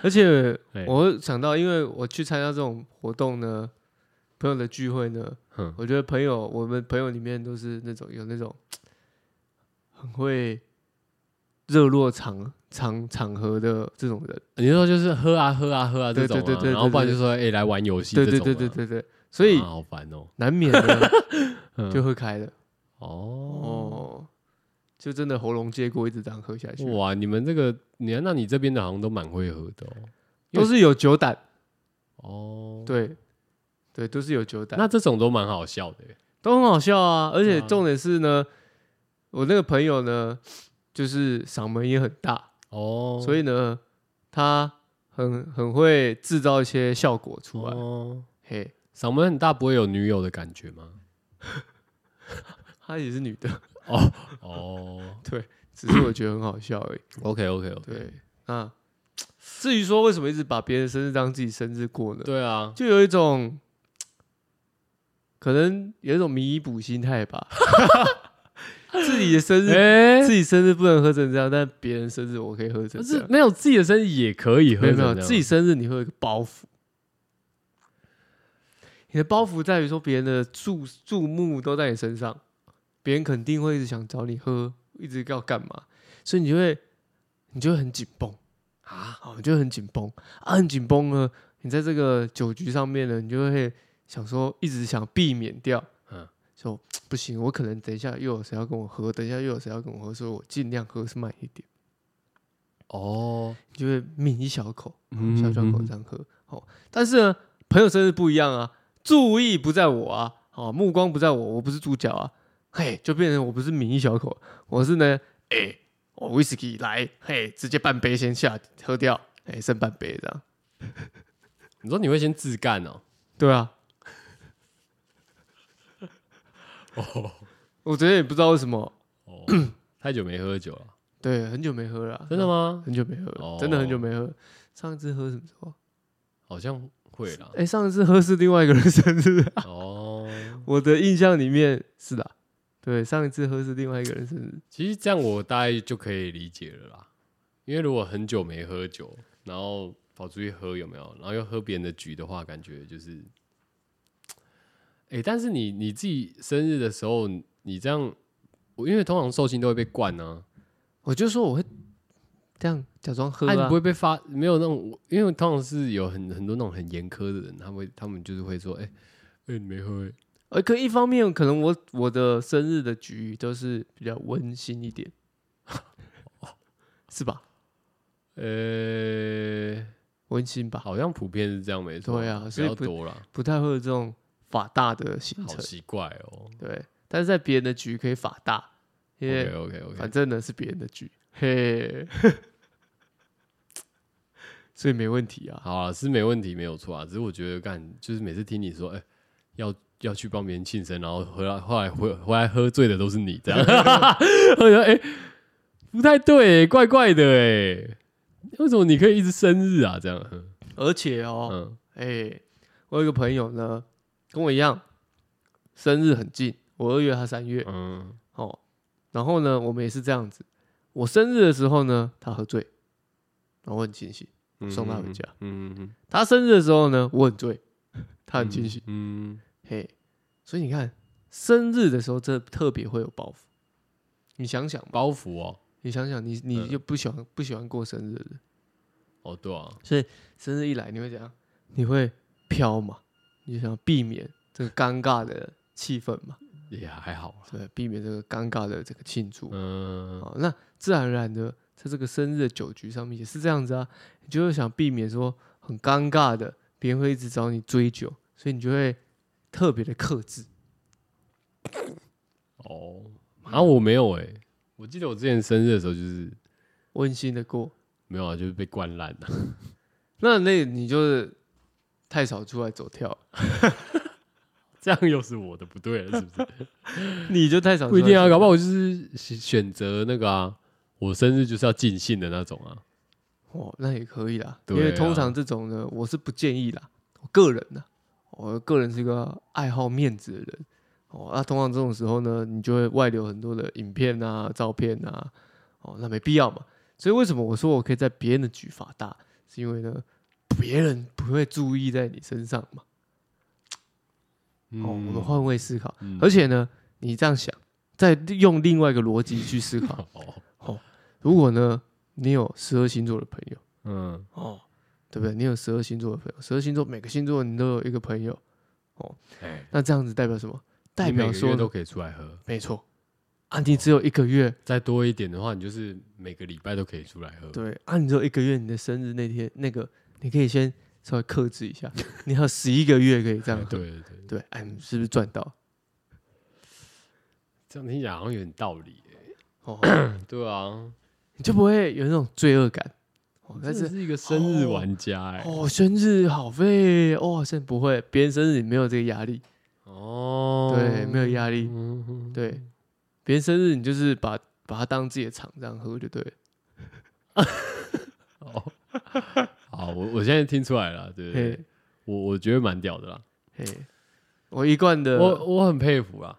[SPEAKER 2] 而且
[SPEAKER 1] 哎
[SPEAKER 2] 我会想到，因为我去参加这种活动呢，朋友的聚会呢，
[SPEAKER 1] 哼，
[SPEAKER 2] 我觉得朋友，我们朋友里面都是那种有那种很会热络场场场合的这种人，
[SPEAKER 1] 你说就是喝啊喝啊喝啊这
[SPEAKER 2] 对
[SPEAKER 1] 种
[SPEAKER 2] 对对
[SPEAKER 1] 啊，
[SPEAKER 2] 对
[SPEAKER 1] 然后不然
[SPEAKER 2] 对
[SPEAKER 1] 就说哎来玩游戏这
[SPEAKER 2] 对
[SPEAKER 1] 种
[SPEAKER 2] 对
[SPEAKER 1] 啊，
[SPEAKER 2] 对对对对，所以
[SPEAKER 1] 啊好烦哦。
[SPEAKER 2] 难免呢
[SPEAKER 1] 嗯
[SPEAKER 2] 就喝开了，
[SPEAKER 1] 哦
[SPEAKER 2] 哦，就真的喉咙借过，一直这样喝下去。
[SPEAKER 1] 哇，你们这个你看那你这边的好像都蛮会喝的哦。因为
[SPEAKER 2] 都是有酒胆，
[SPEAKER 1] 哦，，
[SPEAKER 2] 对，对，都是有酒胆，
[SPEAKER 1] 那这种都蛮好笑的欸。
[SPEAKER 2] 都很好笑啊。而
[SPEAKER 1] 对
[SPEAKER 2] 且
[SPEAKER 1] 啊
[SPEAKER 2] 重点是呢，我那个朋友呢，就是嗓门也很大，
[SPEAKER 1] 哦，
[SPEAKER 2] 所以呢，他很很会制造一些效果出来。
[SPEAKER 1] 哦，
[SPEAKER 2] 嘿，
[SPEAKER 1] 嗓门很大不会有女友的感觉吗？
[SPEAKER 2] 她也是女 的，
[SPEAKER 1] 哦 哦
[SPEAKER 2] 只是我觉得很好笑而已。
[SPEAKER 1] ，OK OK OK，
[SPEAKER 2] 对，啊，至于说为什么一直把别人生日当自己生日过呢？
[SPEAKER 1] 对啊，
[SPEAKER 2] 就有一种可能有一种弥补心态 吧，自己的生日。
[SPEAKER 1] 哎、
[SPEAKER 2] 自己生日不能喝成这样，但别人生日我可以喝成
[SPEAKER 1] 不
[SPEAKER 2] 这
[SPEAKER 1] 是
[SPEAKER 2] 样。
[SPEAKER 1] 没有自己的生日也可以喝
[SPEAKER 2] 没有
[SPEAKER 1] 成
[SPEAKER 2] 没
[SPEAKER 1] 这
[SPEAKER 2] 有，
[SPEAKER 1] 样，
[SPEAKER 2] 自己生日你会有一个包袱，你的包袱在于说别人的注注目都在你身上，别人肯定会一直想找你喝，一直要干嘛，所以你就会你就会很紧绷啊，哦，你就会很紧绷啊，很紧绷呢，你在这个酒局上面呢，你就会想说一直想避免掉，嗯
[SPEAKER 1] 嗯，
[SPEAKER 2] 说不行，我可能等一下又有谁要跟我喝，等一下又有谁要跟我喝，所以我尽量喝慢一点，
[SPEAKER 1] 哦，
[SPEAKER 2] 你就会抿一小口。哦
[SPEAKER 1] 嗯
[SPEAKER 2] 小小口这样喝。好、但是呢，朋友生日不一样啊，注意不在我啊，好、目光不在我，我不是主角啊，嘿，就变成我不是抿一小口，我是呢，哎、我威士忌来，嘿，直接半杯先下喝掉，哎、剩半杯这样。
[SPEAKER 1] 你说你会先自干哦？
[SPEAKER 2] 对啊，
[SPEAKER 1] 哦
[SPEAKER 2] 我昨天也不知道为什么，
[SPEAKER 1] 哦，太久没喝酒了，
[SPEAKER 2] 对，很久没喝了啊，
[SPEAKER 1] 真的吗？
[SPEAKER 2] 很久没喝了，
[SPEAKER 1] 哦
[SPEAKER 2] 真的很久没喝。上一次喝什么时候啊？
[SPEAKER 1] 好像会啦
[SPEAKER 2] 哎、。上一次喝是另外一个人生日、啊，
[SPEAKER 1] 哦，
[SPEAKER 2] 我的印象里面是的啊，对，上一次喝是另外一个人生日。
[SPEAKER 1] 其实这样我大概就可以理解了啦，因为如果很久没喝酒，然后跑出去喝有没有，然后又喝别人的局的话，感觉就是，哎、但是你你自己生日的时候，你这样，我因为通常寿星都会被灌啊，
[SPEAKER 2] 我就说我会这样假装喝
[SPEAKER 1] 啊，你
[SPEAKER 2] 啊
[SPEAKER 1] 不，会被发没有那种，因为通常是有很很多那种很严苛的人，他们会他们就是会说，哎、哎、你没喝、欸，
[SPEAKER 2] 呃，可一方面可能我我的生日的局都是比较温馨一点， 是吧？
[SPEAKER 1] 呃、
[SPEAKER 2] 温馨吧，
[SPEAKER 1] 好像普遍是这样没错，
[SPEAKER 2] 对啊
[SPEAKER 1] 比
[SPEAKER 2] 所以
[SPEAKER 1] 较
[SPEAKER 2] 不
[SPEAKER 1] 多啦，
[SPEAKER 2] 不太会有这种法大的行
[SPEAKER 1] 好
[SPEAKER 2] 程，
[SPEAKER 1] 奇怪哦、
[SPEAKER 2] 对。但是在别人的局可以法大，因
[SPEAKER 1] OK
[SPEAKER 2] 为
[SPEAKER 1] OK OK，
[SPEAKER 2] 反正呢是别人的局，嘿， 所以没问题啊。
[SPEAKER 1] 好啊，是没问题，没有错啊。只是我觉得干，就是每次听你说，哎、要要去帮别人庆生，然后回来后来回回来喝醉的都是你这 样，我觉得哎、不太对、怪怪的哎、为什么你可以一直生日啊？这样，嗯
[SPEAKER 2] 而且哦，
[SPEAKER 1] 嗯，
[SPEAKER 2] 哎、我有一个朋友呢，跟我一样，生日很近，我二月，他三月，
[SPEAKER 1] 嗯
[SPEAKER 2] 哦，然后呢，我们也是这样子。我生日的时候呢，他喝醉，然后我很清醒；
[SPEAKER 1] 嗯
[SPEAKER 2] 送他回家，
[SPEAKER 1] 嗯嗯，
[SPEAKER 2] 他生日的时候呢，我很醉，他很清醒。
[SPEAKER 1] 嗯，
[SPEAKER 2] 嘿，所以你看，生日的时候这特别会有包袱。你想想吧，
[SPEAKER 1] 包袱哦，
[SPEAKER 2] 你想想你，你
[SPEAKER 1] 嗯
[SPEAKER 2] 就不喜欢不喜欢过生日的人，
[SPEAKER 1] 哦对啊，
[SPEAKER 2] 生日一来你会怎样？你会飘嘛？你就想避免这个尴尬的气氛嘛？
[SPEAKER 1] 也还好啊，
[SPEAKER 2] 对，避免这个尴尬的这个庆祝。
[SPEAKER 1] 嗯
[SPEAKER 2] 好，那自然而然的，在这个生日的酒局上面也是这样子啊，你就会想避免说很尴尬的，别人会一直找你追酒，所以你就会特别的克制。
[SPEAKER 1] 哦，啊我没有哎、我记得我之前生日的时候就是
[SPEAKER 2] 温馨的过。
[SPEAKER 1] 没有啊， 就是被灌烂了、
[SPEAKER 2] 那那你就是太少出来走跳，
[SPEAKER 1] 这样又是我的不对了，是不是？
[SPEAKER 2] 你就太少
[SPEAKER 1] 不一 定啊，搞不
[SPEAKER 2] 好
[SPEAKER 1] 好我就是选选择那个啊，我生日就是要尽兴的那种啊。
[SPEAKER 2] 哦，那也可以啦，因
[SPEAKER 1] 对啊
[SPEAKER 2] 为通常这种呢，我是不建议啦，我个人呢、我个人是一个爱好面子的人。哦，那、通常这种时候呢，你就会外流很多的影片啊、照片啊，哦，那没必要嘛。所以为什么我说我可以在别人的举法大，是因为呢，别人不会注意在你身上嘛。哦，我们换位思考，
[SPEAKER 1] 嗯
[SPEAKER 2] 而且呢，你这样想，再用另外一个逻辑去思 考，
[SPEAKER 1] 哦，
[SPEAKER 2] 如果呢，你有十二星座的朋友。
[SPEAKER 1] 嗯，
[SPEAKER 2] 哦，对不对？你有十二星座的朋友，十二星座每个星座你都有一个朋友，
[SPEAKER 1] 哎，
[SPEAKER 2] 那这样子代表什么？代
[SPEAKER 1] 你
[SPEAKER 2] 表
[SPEAKER 1] 每个月
[SPEAKER 2] 说呢
[SPEAKER 1] 都可以出来喝，
[SPEAKER 2] 没错，啊，你只有一个月，
[SPEAKER 1] 再多一点的话，你就是每个礼拜都可以出来喝。
[SPEAKER 2] 对，啊，你只有一个月，你的生日那天那个，你可以先稍微克制一下， 你还有十一个月可以这
[SPEAKER 1] 哎
[SPEAKER 2] 样
[SPEAKER 1] 对
[SPEAKER 2] 喝，
[SPEAKER 1] 对对，
[SPEAKER 2] 对，哎，你是不是赚到？
[SPEAKER 1] 这样听起来好像有点道理耶。
[SPEAKER 2] 哦，
[SPEAKER 1] 对啊，
[SPEAKER 2] 你就不会有那种罪恶感，哦，但
[SPEAKER 1] 但
[SPEAKER 2] 是哦
[SPEAKER 1] 是一个生日玩家哎。
[SPEAKER 2] 哦，生日好费哦，现在不会，别人生日你没有这个压力，
[SPEAKER 1] 哦，
[SPEAKER 2] 对，没有压力，
[SPEAKER 1] 嗯哼
[SPEAKER 2] 对，别人生日你就是把把它当自己的厂这样喝就对了。
[SPEAKER 1] 哦，好，我我现在听出来了，对不对
[SPEAKER 2] 嘿？，
[SPEAKER 1] 我我觉得蛮屌的啦，
[SPEAKER 2] 嘿，我一贯的，
[SPEAKER 1] 我我很佩服啊啦。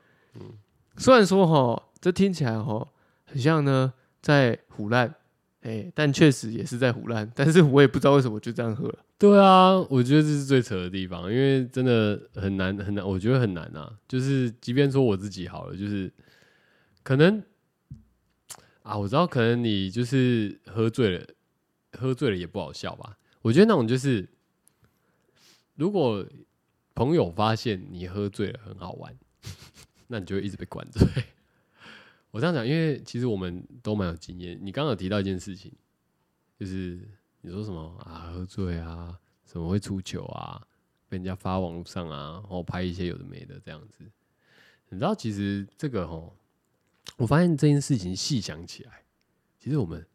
[SPEAKER 2] 虽然说哈，这听起来哈很像呢在胡乱，哎，但确实也是在胡乱， 但是我也不知道为什么我就这样喝了。
[SPEAKER 1] 对啊，我觉得这是最扯的地方，因为真的很难很难，我觉得很难啊。就是即便说我自己好了，就是可能啊，我知道可能你就是喝醉了，喝醉了也不好笑吧。我觉得那种就是，如果朋友发现你喝醉了很好玩， 那你就会一直被灌醉。我这样讲，因为其实我们都蛮有经验。你刚刚有提到一件事情，就是你说什么啊，喝醉啊，什么会出糗啊，被人家发网络上啊，然后拍一些有的没的这样子。你知道，其实这个哦，我发现这件事情细想起来，其实我们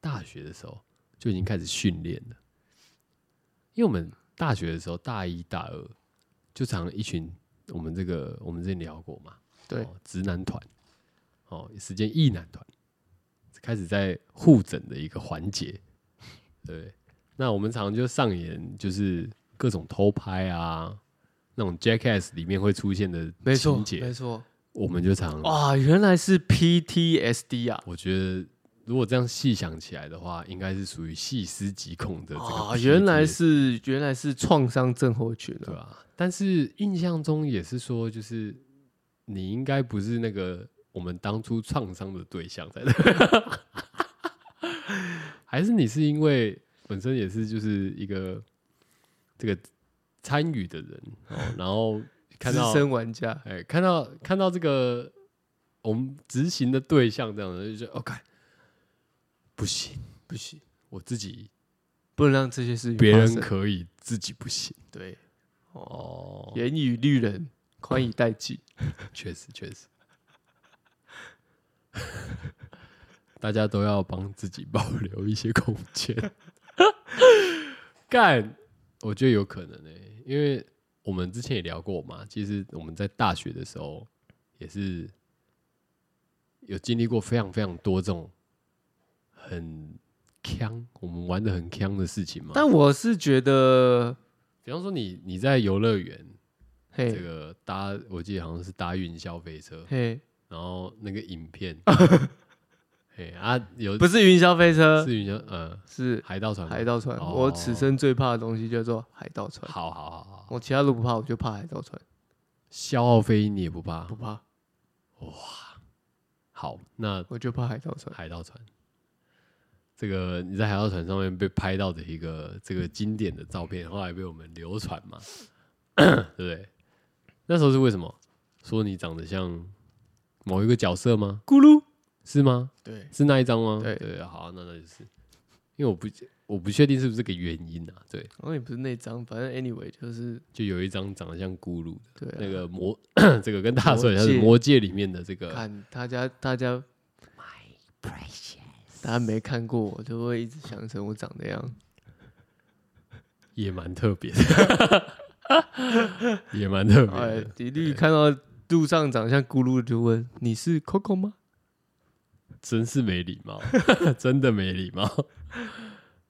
[SPEAKER 1] 大学的时候就已经开始训练了，因为我们大学的时候大一大二就常一群我们这个我们之前聊过嘛，
[SPEAKER 2] 对
[SPEAKER 1] 哦，直男团，哦，时间异男团开始在互整的一个环节，对。那我们常常就上演就是各种偷拍啊，那种 Jackass 里面会出现的
[SPEAKER 2] 没错
[SPEAKER 1] 情，节，
[SPEAKER 2] 没错。哦
[SPEAKER 1] 我们就常，
[SPEAKER 2] 哇，原来是 PTSD 啊！
[SPEAKER 1] 我觉得如果这样细想起来的话，应该是属于细思极恐哦的这个、
[SPEAKER 2] 啊，原来，是原来是创伤症候群
[SPEAKER 1] 对
[SPEAKER 2] 啊！
[SPEAKER 1] 啊。但是印象中也是说，就是你应该不是那个我们当初创伤的对象才对， 还是你是因为本身也是就是一个这个参与的人哦，然后看
[SPEAKER 2] 资
[SPEAKER 1] 到
[SPEAKER 2] 深玩家，
[SPEAKER 1] 哎，看到看到这个我们执行的对象这样的，就觉得哦，干不行，
[SPEAKER 2] 不行，
[SPEAKER 1] 我自己
[SPEAKER 2] 不能让这些事情
[SPEAKER 1] 别
[SPEAKER 2] 发
[SPEAKER 1] 人
[SPEAKER 2] 生
[SPEAKER 1] 可以，自己不行。
[SPEAKER 2] 对
[SPEAKER 1] 哦，
[SPEAKER 2] 严以律人，宽以待己。
[SPEAKER 1] 嗯确实确实， 大家都要帮自己保留一些空间。 干，我觉得有可能诶、因为我们之前也聊过嘛，其实我们在大学的时候也是有经历过非常非常多这种很呛，我们玩的很呛的事情嘛。
[SPEAKER 2] 但我是觉得，
[SPEAKER 1] 比方说你你在游乐园这
[SPEAKER 2] 嘿，
[SPEAKER 1] 个搭，我记得好像是搭云霄飞车，
[SPEAKER 2] 嘿，
[SPEAKER 1] 然后那个影 片，哎啊，有
[SPEAKER 2] 不是云霄飞车，
[SPEAKER 1] 是云霄呃
[SPEAKER 2] 是
[SPEAKER 1] 海盗船吗，
[SPEAKER 2] 海盗船。
[SPEAKER 1] 哦
[SPEAKER 2] 我此生最怕的东西叫做海盗船。
[SPEAKER 1] 好好好好，
[SPEAKER 2] 我其他都不怕，我就怕海盗船，
[SPEAKER 1] 消耗费你也不怕
[SPEAKER 2] 不，怕，
[SPEAKER 1] 好，那
[SPEAKER 2] 我就怕海盗船。
[SPEAKER 1] 海盗船，这个你在海盗船上面被拍到的一个这个经典的照片，后来被我们流传 嘛，对不对？那时候是为什么说你长得像某一个角色吗？
[SPEAKER 2] 咕噜，
[SPEAKER 1] 是吗？
[SPEAKER 2] 对，
[SPEAKER 1] 是那一张吗？
[SPEAKER 2] 对
[SPEAKER 1] 好，那那就是，因为我不我不确定是不是这个原因啊，对。
[SPEAKER 2] 好像也不是那张，反正 anyway 就是
[SPEAKER 1] 就有一张长得像咕噜的
[SPEAKER 2] 对啊。
[SPEAKER 1] 那个魔， 这个跟大家说一下，
[SPEAKER 2] 魔戒
[SPEAKER 1] 是魔界里面的这个
[SPEAKER 2] 看大家，大家大家没看过我，就会一直想成我长那样。
[SPEAKER 1] 也蛮特别的， 也蛮特别
[SPEAKER 2] 哎
[SPEAKER 1] 的。，
[SPEAKER 2] 一律看到路上长相咕噜的就问：“你是 Coco 吗
[SPEAKER 1] 真是没礼貌， 真的没礼貌。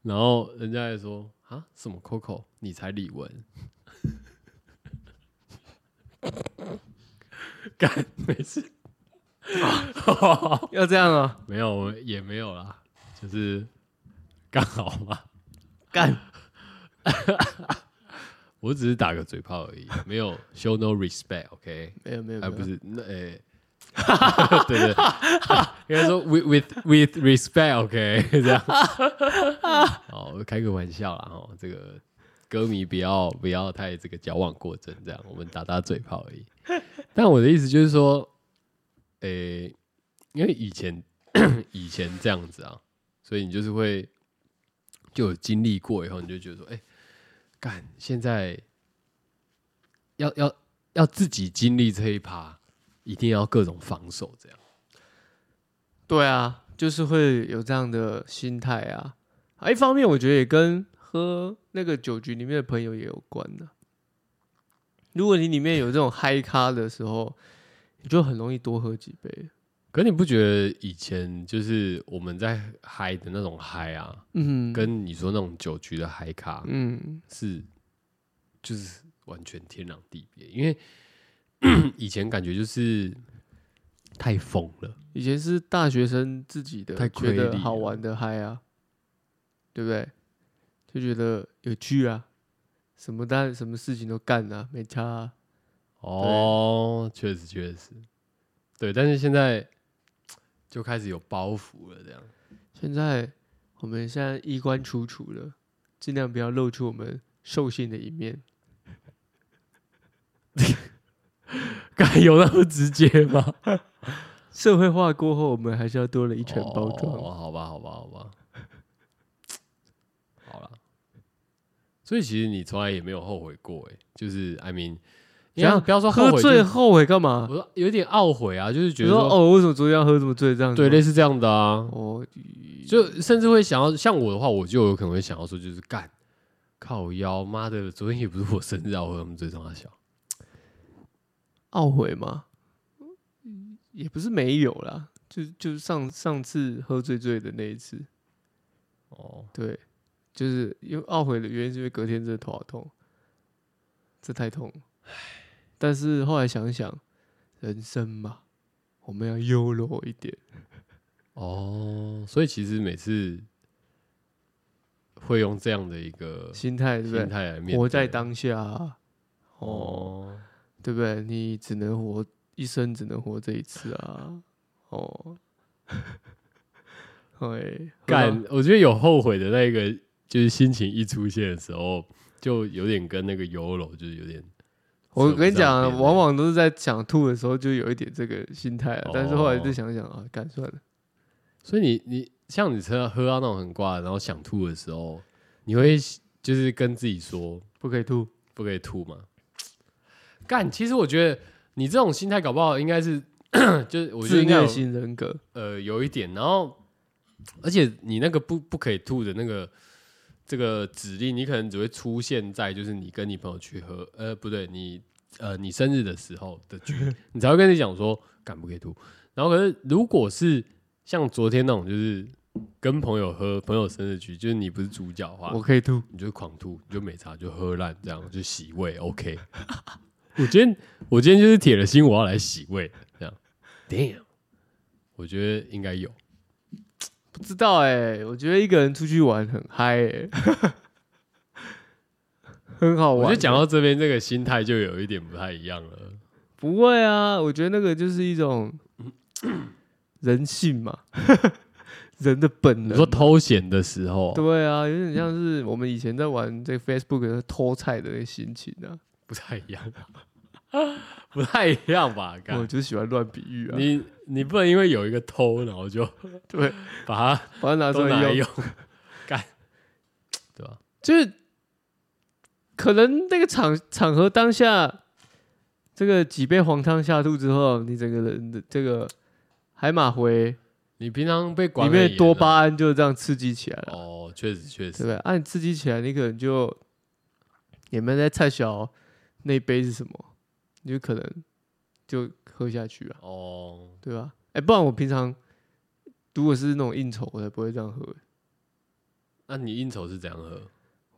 [SPEAKER 1] 然后人家还说啊，什么 Coco，你才李玟， 干没事，？”
[SPEAKER 2] 要这样啊，
[SPEAKER 1] 没有我也没有啦，就是刚好嘛。
[SPEAKER 2] 干！
[SPEAKER 1] 我只是打个嘴炮而已，没有 show no respect，OK？、
[SPEAKER 2] 没有没有
[SPEAKER 1] 还
[SPEAKER 2] 没
[SPEAKER 1] 哎不
[SPEAKER 2] 有，
[SPEAKER 1] 是那诶， 对 对，应该说 with with with respect，OK？、这 样，哦，我开个玩笑啦，哦，这个歌迷不要不要太这个矫枉过正，这样我们打打嘴炮而已。但我的意思就是说，诶、因为以前 以前这样子啊，所以你就是会就有经历过以后，你就觉得说，哎、干，现在要要要自己经历这一趴，一定要各种防守，这样
[SPEAKER 2] 对啊，就是会有这样的心态啊。啊，一方面我觉得也跟喝那个酒局里面的朋友也有关的、啊如果你里面有这种嗨咖的时候，你就很容易多喝几杯。
[SPEAKER 1] 可你不觉得以前就是我们在嗨的那种嗨啊，
[SPEAKER 2] 嗯，
[SPEAKER 1] 跟你说那种酒局的嗨咖
[SPEAKER 2] 嗯
[SPEAKER 1] 是就是完全天壤地别？因为 以前感觉就是太疯了，
[SPEAKER 2] 以前是大学生自己的
[SPEAKER 1] 太
[SPEAKER 2] 觉
[SPEAKER 1] 亏
[SPEAKER 2] 得
[SPEAKER 1] 力
[SPEAKER 2] 好
[SPEAKER 1] 了
[SPEAKER 2] 玩的嗨啊，对不对？就觉得有趣啊，什么当然什么事情都干啊，没差、啊。
[SPEAKER 1] 哦，确实确实，对，但是现在就开始有包袱了，这样。
[SPEAKER 2] 现在我们现在衣冠楚楚了，尽量不要露出我们兽性的一面。
[SPEAKER 1] 该有那么直接吗？
[SPEAKER 2] 社会化过后，我们还是要多了一层包装。
[SPEAKER 1] 哦，好吧，好吧，好吧， 好了。所以其实你从来也没有后悔过，哎，就是 I mean，
[SPEAKER 2] 怎样
[SPEAKER 1] 不要说后
[SPEAKER 2] 喝
[SPEAKER 1] 悔，
[SPEAKER 2] 醉
[SPEAKER 1] 就是
[SPEAKER 2] 后悔干嘛？
[SPEAKER 1] 我说有点懊悔啊，就是
[SPEAKER 2] 比
[SPEAKER 1] 觉
[SPEAKER 2] 如
[SPEAKER 1] 得
[SPEAKER 2] 说嗯
[SPEAKER 1] 说
[SPEAKER 2] 哦，为什么昨天要喝这么醉这样子吗？
[SPEAKER 1] 对，类似这样的啊，
[SPEAKER 2] 哦，
[SPEAKER 1] 就甚至会想要像我的话，我就有可能会想要说，就是干靠腰，妈的，昨天也不是我生日啊，我们最重要小，
[SPEAKER 2] 懊悔吗？也不是没有啦，就就上上次喝醉醉的那一次，
[SPEAKER 1] 哦，
[SPEAKER 2] 对，就是因为懊悔的原因是因为隔天真的头好痛，这太痛了。但是后来想一想，人生嘛，我们要优柔一点。
[SPEAKER 1] 哦，所以其实每次会用这样的一个
[SPEAKER 2] 心态对
[SPEAKER 1] 心
[SPEAKER 2] 不
[SPEAKER 1] 态来面
[SPEAKER 2] 对？
[SPEAKER 1] 对，
[SPEAKER 2] 活在当下啊、哦，
[SPEAKER 1] 哦，
[SPEAKER 2] 对不对？你只能活一生，只能活这一次啊，哦， 哎，
[SPEAKER 1] 干，我觉得有后悔的那个，就是心情一出现的时候，就有点跟那个优柔，就是有点，
[SPEAKER 2] 我
[SPEAKER 1] 扯不
[SPEAKER 2] 跟你
[SPEAKER 1] 上
[SPEAKER 2] 讲啊，
[SPEAKER 1] 边
[SPEAKER 2] 往往都是在想吐的时候就有一点这个心态啊，但是后来
[SPEAKER 1] 哦
[SPEAKER 2] 就想一想啊，干算了，
[SPEAKER 1] 所以你你像你车喝到那种很挂，然后想吐的时候，你会就是跟自己说
[SPEAKER 2] 不可以吐。
[SPEAKER 1] 不可以吐吗？干，其实我觉得你这种心态搞不好应该是， 就是我觉得
[SPEAKER 2] 自
[SPEAKER 1] 应该
[SPEAKER 2] 虐
[SPEAKER 1] 有
[SPEAKER 2] 型人格，
[SPEAKER 1] 呃有一点，然后而且你那个不不可以吐的那个这个指令，你可能只会出现在就是你跟你朋友去喝，呃不对，你呃你生日的时候的局， 你才会跟你讲说敢不可以吐。然后可是如果是像昨天那种，就是跟朋友喝朋友生日局，就是你不是主角的话
[SPEAKER 2] 我，可以吐。
[SPEAKER 1] 你就狂吐，你就没茶就喝烂，这样就洗胃，OK。我今天我今天就是铁了心我要来洗胃，这样，damn，我觉得应该有。
[SPEAKER 2] 不知道哎、我觉得一个人出去玩很嗨哎、 很好玩。
[SPEAKER 1] 我就讲到这边，这个心态就有一点不太一样了。
[SPEAKER 2] 不会啊，我觉得那个就是一种人性嘛， 人的本
[SPEAKER 1] 你
[SPEAKER 2] 能
[SPEAKER 1] 说
[SPEAKER 2] 嘛。
[SPEAKER 1] 偷闲的时候，
[SPEAKER 2] 对啊，有点像是我们以前在玩这个 Facebook 的偷菜的那个心情啊。
[SPEAKER 1] 不太一样，不太一样吧？干
[SPEAKER 2] 我就喜欢乱比喻啊，
[SPEAKER 1] 你你不能因为有一个偷，然后就
[SPEAKER 2] 对，
[SPEAKER 1] 把它
[SPEAKER 2] 把它拿出
[SPEAKER 1] 都拿来
[SPEAKER 2] 来用，
[SPEAKER 1] 用，干，对吧？
[SPEAKER 2] 就是可能那个场场合当下，这个几杯黄汤下肚之后，你整个人的这个海马回
[SPEAKER 1] 你平常被管
[SPEAKER 2] 里
[SPEAKER 1] 得很
[SPEAKER 2] 面的多
[SPEAKER 1] 严啊
[SPEAKER 2] 巴胺就这样刺激起来了，
[SPEAKER 1] 哦，确实确
[SPEAKER 2] 对
[SPEAKER 1] 实
[SPEAKER 2] 不，对？按、你刺激起来，你可能就也没在菜小那一杯是什么，你就可能就喝下去啊，
[SPEAKER 1] 哦，
[SPEAKER 2] 对吧？哎、不然我平常如果是那种应酬，我才不会这样喝、
[SPEAKER 1] 那你应酬是怎样喝？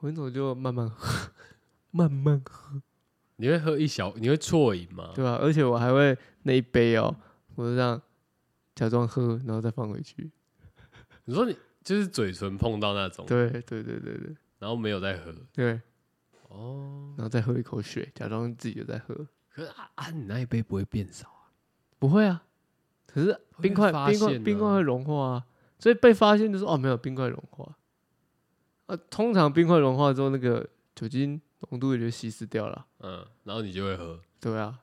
[SPEAKER 2] 我那种就慢慢喝， 慢慢喝，
[SPEAKER 1] 你会喝一小，你会啜饮吗？
[SPEAKER 2] 对吧、而且我还会那一杯哦，我就这样假装喝，然后再放回去。
[SPEAKER 1] 你说你就是嘴唇碰到那种，
[SPEAKER 2] 对对对对对
[SPEAKER 1] 然后没有再喝
[SPEAKER 2] 对，
[SPEAKER 1] 哦。
[SPEAKER 2] 然后再喝一口水，假装自己有在喝。
[SPEAKER 1] 可是啊啊，你那一杯不会变少啊？
[SPEAKER 2] 不会啊，可是
[SPEAKER 1] 会被
[SPEAKER 2] 冰块
[SPEAKER 1] 发
[SPEAKER 2] 冰块
[SPEAKER 1] 现啊
[SPEAKER 2] 冰块会融化啊，所以被发现就说哦没有冰块融化。啊，通常冰块融化之后，那个酒精浓度也就稀释掉了。
[SPEAKER 1] 嗯，然后你就会喝
[SPEAKER 2] 对啊，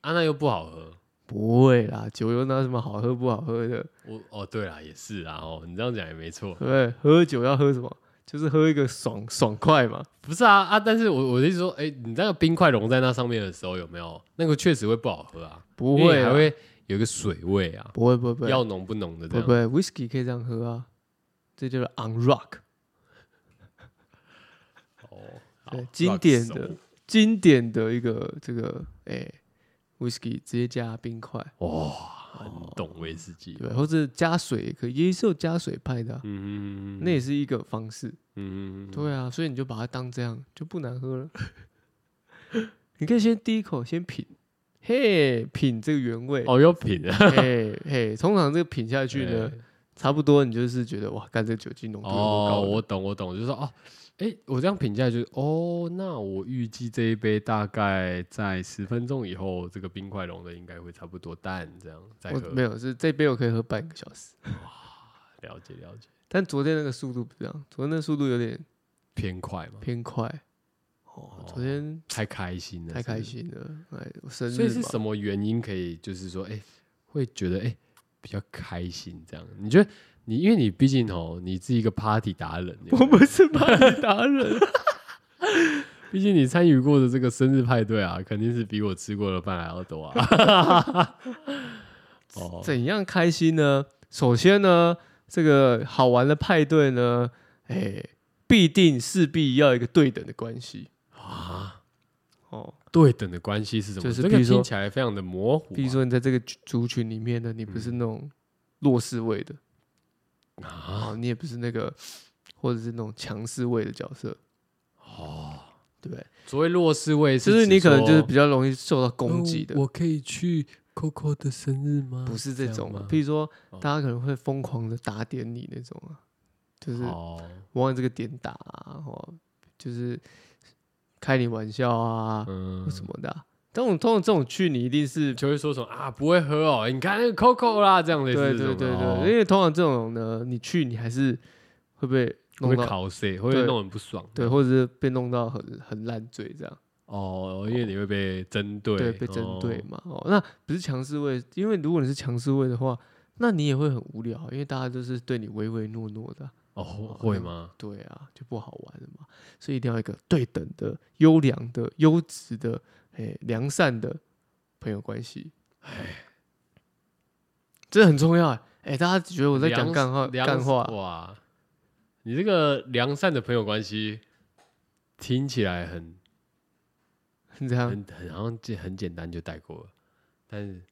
[SPEAKER 1] 啊，那又不好喝。
[SPEAKER 2] 不会啦，酒有哪有什么好喝不好喝的？
[SPEAKER 1] 我哦，对啦，也是啊，哦，你这样讲也没错
[SPEAKER 2] 对。不对？喝酒要喝什么？就是喝一个爽爽快嘛。
[SPEAKER 1] 不是啊啊，但是我我的意思说，哎、你那个冰块融在那上面的时候，有没有那个确实会不好喝啊？
[SPEAKER 2] 不
[SPEAKER 1] 因为
[SPEAKER 2] 会
[SPEAKER 1] 还
[SPEAKER 2] 啊，
[SPEAKER 1] 会有一个水味啊，
[SPEAKER 2] 不会，不会，不会，
[SPEAKER 1] 要浓不浓的这
[SPEAKER 2] 不
[SPEAKER 1] 样。
[SPEAKER 2] 会，whisky 可以这样喝啊，这就是 on rock，
[SPEAKER 1] 哦，好
[SPEAKER 2] 对，经典
[SPEAKER 1] 哦 rock
[SPEAKER 2] 的
[SPEAKER 1] song
[SPEAKER 2] 经典的一个这个哎 whisky 直接加冰块，
[SPEAKER 1] 哇，哦很懂威士忌。
[SPEAKER 2] 对，或者加水也可以，也是有加水派的啊、
[SPEAKER 1] 嗯
[SPEAKER 2] 那也是一个方式。
[SPEAKER 1] 嗯
[SPEAKER 2] 对啊，所以你就把它当这样，就不难喝了。 你可以先第一口先品，嘿，品这个原味，
[SPEAKER 1] 哦，有品 啊，
[SPEAKER 2] 嘿嘿，通常这个品下去 呢，差不多你就是觉得哇，干这个酒精浓度有多高
[SPEAKER 1] 哦，
[SPEAKER 2] 了，
[SPEAKER 1] 我懂，我懂，就是说哦，哎，我这样评价就是哦，那我预计这一杯大概在十分钟以后，这个冰块融的应该会差不多淡，这样再
[SPEAKER 2] 我
[SPEAKER 1] 喝。
[SPEAKER 2] 没有是这杯我可以喝半个小时，
[SPEAKER 1] 了解了解，
[SPEAKER 2] 但昨天那个速度不一样，昨天那个速度有点
[SPEAKER 1] 偏快嘛，
[SPEAKER 2] 偏快。哦，昨天
[SPEAKER 1] 太开心了，
[SPEAKER 2] 太
[SPEAKER 1] 是不
[SPEAKER 2] 开
[SPEAKER 1] 是。
[SPEAKER 2] 心了，哎，我生
[SPEAKER 1] 所以
[SPEAKER 2] 日
[SPEAKER 1] 是
[SPEAKER 2] 嘛，
[SPEAKER 1] 什么原因可以就是说，哎、会觉得哎、比较开心这样？你觉得你因为你毕竟哦，你是一个 party 达人，有没
[SPEAKER 2] 我
[SPEAKER 1] 有
[SPEAKER 2] 不是巴黎达人，
[SPEAKER 1] 毕竟你参与过的这个生日派对啊，肯定是比我吃过的饭还要多啊。 哦，
[SPEAKER 2] 怎样开心呢？首先呢，这个好玩的派对呢，哎，必定势必要有一个对等的关系
[SPEAKER 1] 啊，
[SPEAKER 2] 哦。
[SPEAKER 1] 对等的关系是什么？
[SPEAKER 2] 就是
[SPEAKER 1] 这
[SPEAKER 2] 比
[SPEAKER 1] 个
[SPEAKER 2] 如说
[SPEAKER 1] 听起来非常的模糊、啊。
[SPEAKER 2] 比如说你在这个族群里面呢，你不是
[SPEAKER 1] 嗯
[SPEAKER 2] 那种弱势位的
[SPEAKER 1] 啊，
[SPEAKER 2] 啊，你也不是那个或者是那种强势位的角色，
[SPEAKER 1] 哦，
[SPEAKER 2] 对不对？
[SPEAKER 1] 所谓弱势位是哦
[SPEAKER 2] 就是你可能就是比
[SPEAKER 1] 较
[SPEAKER 2] 较容易受到攻击的，
[SPEAKER 1] 哦我可以去 Coco 的生日吗？
[SPEAKER 2] 不是这种
[SPEAKER 1] 样
[SPEAKER 2] 嘛
[SPEAKER 1] 吗。
[SPEAKER 2] 譬如说
[SPEAKER 1] 哦，
[SPEAKER 2] 大家可能会疯狂的打点你那种啊，就是
[SPEAKER 1] 哦，
[SPEAKER 2] 往你这个点打啊，哦，就是开你玩笑啊，
[SPEAKER 1] 嗯
[SPEAKER 2] 或什么的啊、这种通常这种去你一定是
[SPEAKER 1] 就会说什么啊，不会喝哦，你看那个 Coco 啦，这 样类
[SPEAKER 2] 对
[SPEAKER 1] 似
[SPEAKER 2] 对
[SPEAKER 1] 这
[SPEAKER 2] 对
[SPEAKER 1] 种的
[SPEAKER 2] 对，
[SPEAKER 1] 哦
[SPEAKER 2] 因为通常这种呢，你去你还是会被
[SPEAKER 1] 会
[SPEAKER 2] 弄
[SPEAKER 1] 被
[SPEAKER 2] 到
[SPEAKER 1] 考谁，会
[SPEAKER 2] 对
[SPEAKER 1] 弄很不爽，
[SPEAKER 2] 对，或者是被弄到很很烂醉这样，
[SPEAKER 1] 哦，因为你会被针对，
[SPEAKER 2] 对，被针对
[SPEAKER 1] 哦
[SPEAKER 2] 嘛。哦，那不是强势位，因为如果你是强势位的话，那你也会很无聊，因为大家都是对你唯唯诺诺的啊，
[SPEAKER 1] 哦，会吗？
[SPEAKER 2] 对啊，就不好玩了嘛。所以一定要有一个对等的、优良的、优质的、哎、良善的朋友关系，这很重要哎、哎、大家觉得我在讲
[SPEAKER 1] 良
[SPEAKER 2] 干话，
[SPEAKER 1] 良
[SPEAKER 2] 干话，
[SPEAKER 1] 哇！你这个良善的朋友关系听起来很
[SPEAKER 2] 你这样
[SPEAKER 1] 很很好像简很简单就带过了，但是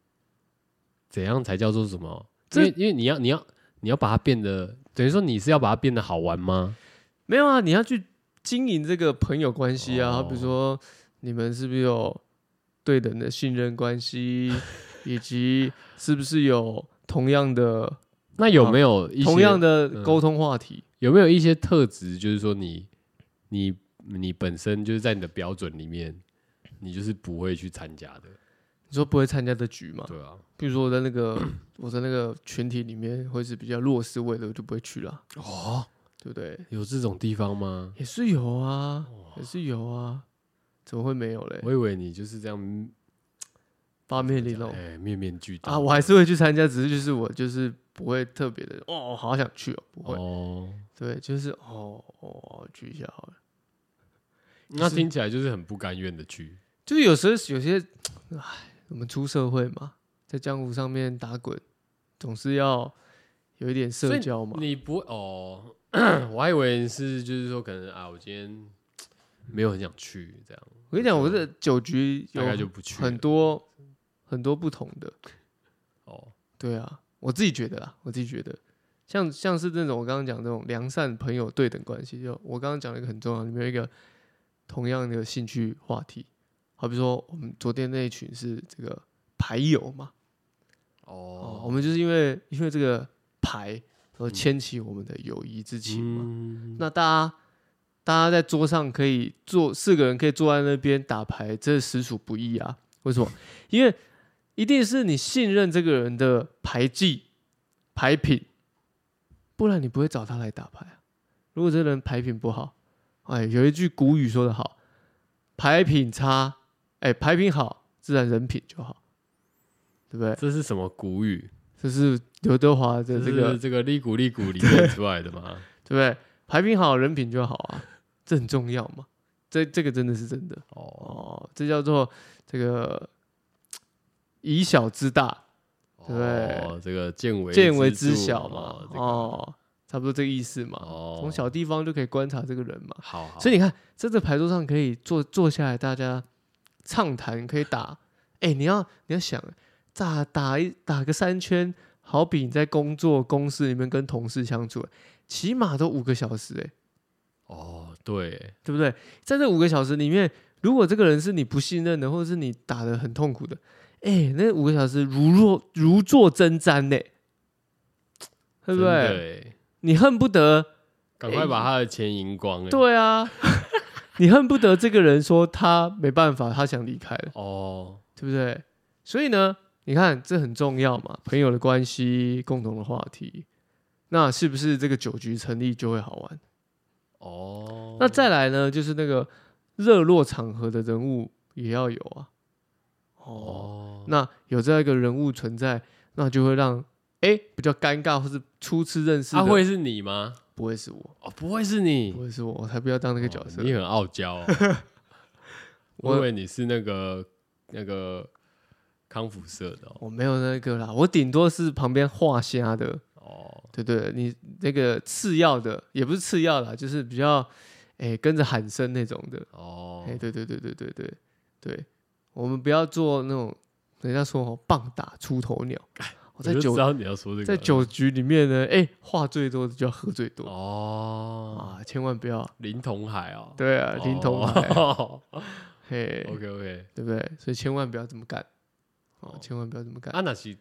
[SPEAKER 1] 怎样才叫做什么？因
[SPEAKER 2] 这
[SPEAKER 1] 为因为你要你要你要把它变得，等于说你是要把它变得好玩吗？
[SPEAKER 2] 没有啊？你要去经营这个朋友关系啊，
[SPEAKER 1] 哦
[SPEAKER 2] 比如说你们是不是有对等的信任 关系，以及是不是有同样的
[SPEAKER 1] 那有没有一些
[SPEAKER 2] 同样的
[SPEAKER 1] 嗯
[SPEAKER 2] 沟通话题？
[SPEAKER 1] 有没有一些特质，就是说你你你本身就是在你的标准里面，你就是不会去参加的，
[SPEAKER 2] 你说不会参加的局嘛？
[SPEAKER 1] 对啊，
[SPEAKER 2] 比如说我在那个 我在那个群体里面会是比较弱势位的，我就不会去了，
[SPEAKER 1] 哦，
[SPEAKER 2] 对不对？
[SPEAKER 1] 有这种地方吗？
[SPEAKER 2] 也是有啊，也是有啊，怎么会没有嘞？
[SPEAKER 1] 我以为你就是这样
[SPEAKER 2] 八面玲珑
[SPEAKER 1] 哎，面面俱到
[SPEAKER 2] 啊，我还是会去参加，只是就是我就是不会特别的哦，好想去哦，不会，
[SPEAKER 1] 哦，
[SPEAKER 2] 对，就是哦哦去一下好了。
[SPEAKER 1] 那听起来就是很不甘愿的去，
[SPEAKER 2] 就是有时候有些，唉，我们出社会嘛，在江湖上面打滚，总是要有一点
[SPEAKER 1] 所
[SPEAKER 2] 社
[SPEAKER 1] 以
[SPEAKER 2] 交嘛。
[SPEAKER 1] 你不哦， 我还以为是就是说可能啊，我今天没有很想去，这样
[SPEAKER 2] 我跟你讲，我这酒局有
[SPEAKER 1] 大概就不去了
[SPEAKER 2] 很多很多不同的。
[SPEAKER 1] 哦，
[SPEAKER 2] 对啊，我自己觉得啦，我自己觉得，像像是那种我刚刚讲这种良善朋友对等关系，就我刚刚讲了一个很重要，里面有一个同样的兴趣话题，好比说我们昨天那一群是这个牌友嘛，哦，我
[SPEAKER 1] 哦，
[SPEAKER 2] 们就是因为因为这个牌而牵起我们的友谊之情嘛。
[SPEAKER 1] 嗯
[SPEAKER 2] 那大家大家在桌上可以坐四个人可以坐在那边打牌，这实属不易啊。为什么？因为一定是你信任这个人的牌技、牌品，不然你不会找他来打牌啊。如果这人牌品不好，哎，有一句古语说得好，牌品差，哎，牌品好，自然人品就好，对不对？
[SPEAKER 1] 这是什么古语？
[SPEAKER 2] 这是刘德华的
[SPEAKER 1] 这
[SPEAKER 2] 这
[SPEAKER 1] 个
[SPEAKER 2] 个，
[SPEAKER 1] 这个利古利古里面出来的吗？
[SPEAKER 2] 对不对？牌品好，人品就好啊， 这很重要嘛。这这个真的是真的。
[SPEAKER 1] 哦，
[SPEAKER 2] 哦，这叫做这个以小知大，对不对
[SPEAKER 1] 哦，这个见微
[SPEAKER 2] 见微
[SPEAKER 1] 知
[SPEAKER 2] 知
[SPEAKER 1] 著
[SPEAKER 2] 小嘛。
[SPEAKER 1] 哦
[SPEAKER 2] 哦，差不多这个意思嘛。
[SPEAKER 1] 哦，
[SPEAKER 2] 从小地方就可以观察这个人嘛。
[SPEAKER 1] 好好，
[SPEAKER 2] 所
[SPEAKER 1] 以
[SPEAKER 2] 以你看，在这牌桌上可以坐坐下来，大家畅谈，可以打。 哎、你要你要想，打打一打个三圈，好比你在工作公司里面跟同事相处，起码都五个小时、哎，
[SPEAKER 1] 哦，对，
[SPEAKER 2] 对不对？在这五个小时里面，如果这个人是你不信任的，或者是你打的很痛苦的，哎、那五个小时如若如坐针毡呢、对
[SPEAKER 1] 对
[SPEAKER 2] 不对？你恨不得
[SPEAKER 1] 赶快把他的钱赢光、欸，，
[SPEAKER 2] 对啊， 你恨不得这个人说他没办法，他想离开了，
[SPEAKER 1] 哦，
[SPEAKER 2] 对不对？所以呢，你看这很重要嘛，朋友的关系，共同的话题，那是不是这个酒局成立就会好玩？
[SPEAKER 1] 哦，
[SPEAKER 2] 那再来呢，就是那个热络场合的人物也要有啊。哦，
[SPEAKER 1] 哦，
[SPEAKER 2] 那有这样一个人物存在，那就会让哎、比较尴尬或是初次认识
[SPEAKER 1] 他、
[SPEAKER 2] 的，
[SPEAKER 1] 啊会是你吗？
[SPEAKER 2] 不会是我，
[SPEAKER 1] 哦，不会是你
[SPEAKER 2] 不，会是我，我才不要当那个角色。
[SPEAKER 1] 哦你很傲娇、 哦，我以为你是那个那个康复社的哦。
[SPEAKER 2] 我没有那个啦，我顶多是旁边画虾的，
[SPEAKER 1] 哦
[SPEAKER 2] 对对，你那个次要的也不是次要啦，就是比较哎、跟着喊声那种的，
[SPEAKER 1] 哦
[SPEAKER 2] 哎、对对对对对对对，我们不要做那种人家说哦棒打出头鸟，我
[SPEAKER 1] 哎我
[SPEAKER 2] 在
[SPEAKER 1] 就
[SPEAKER 2] 酒
[SPEAKER 1] 知道你要说这个，
[SPEAKER 2] 在酒局里面呢，哎、话最多的就要喝最多、
[SPEAKER 1] 哦，
[SPEAKER 2] 啊，千万不要，
[SPEAKER 1] 林同海哦，
[SPEAKER 2] 对啊，
[SPEAKER 1] 哦，
[SPEAKER 2] 林同 海，嘿，
[SPEAKER 1] OK OK，
[SPEAKER 2] 对不对？所以千万不要这么干，哦
[SPEAKER 1] 哦，
[SPEAKER 2] 千万不要这么干。
[SPEAKER 1] 阿纳西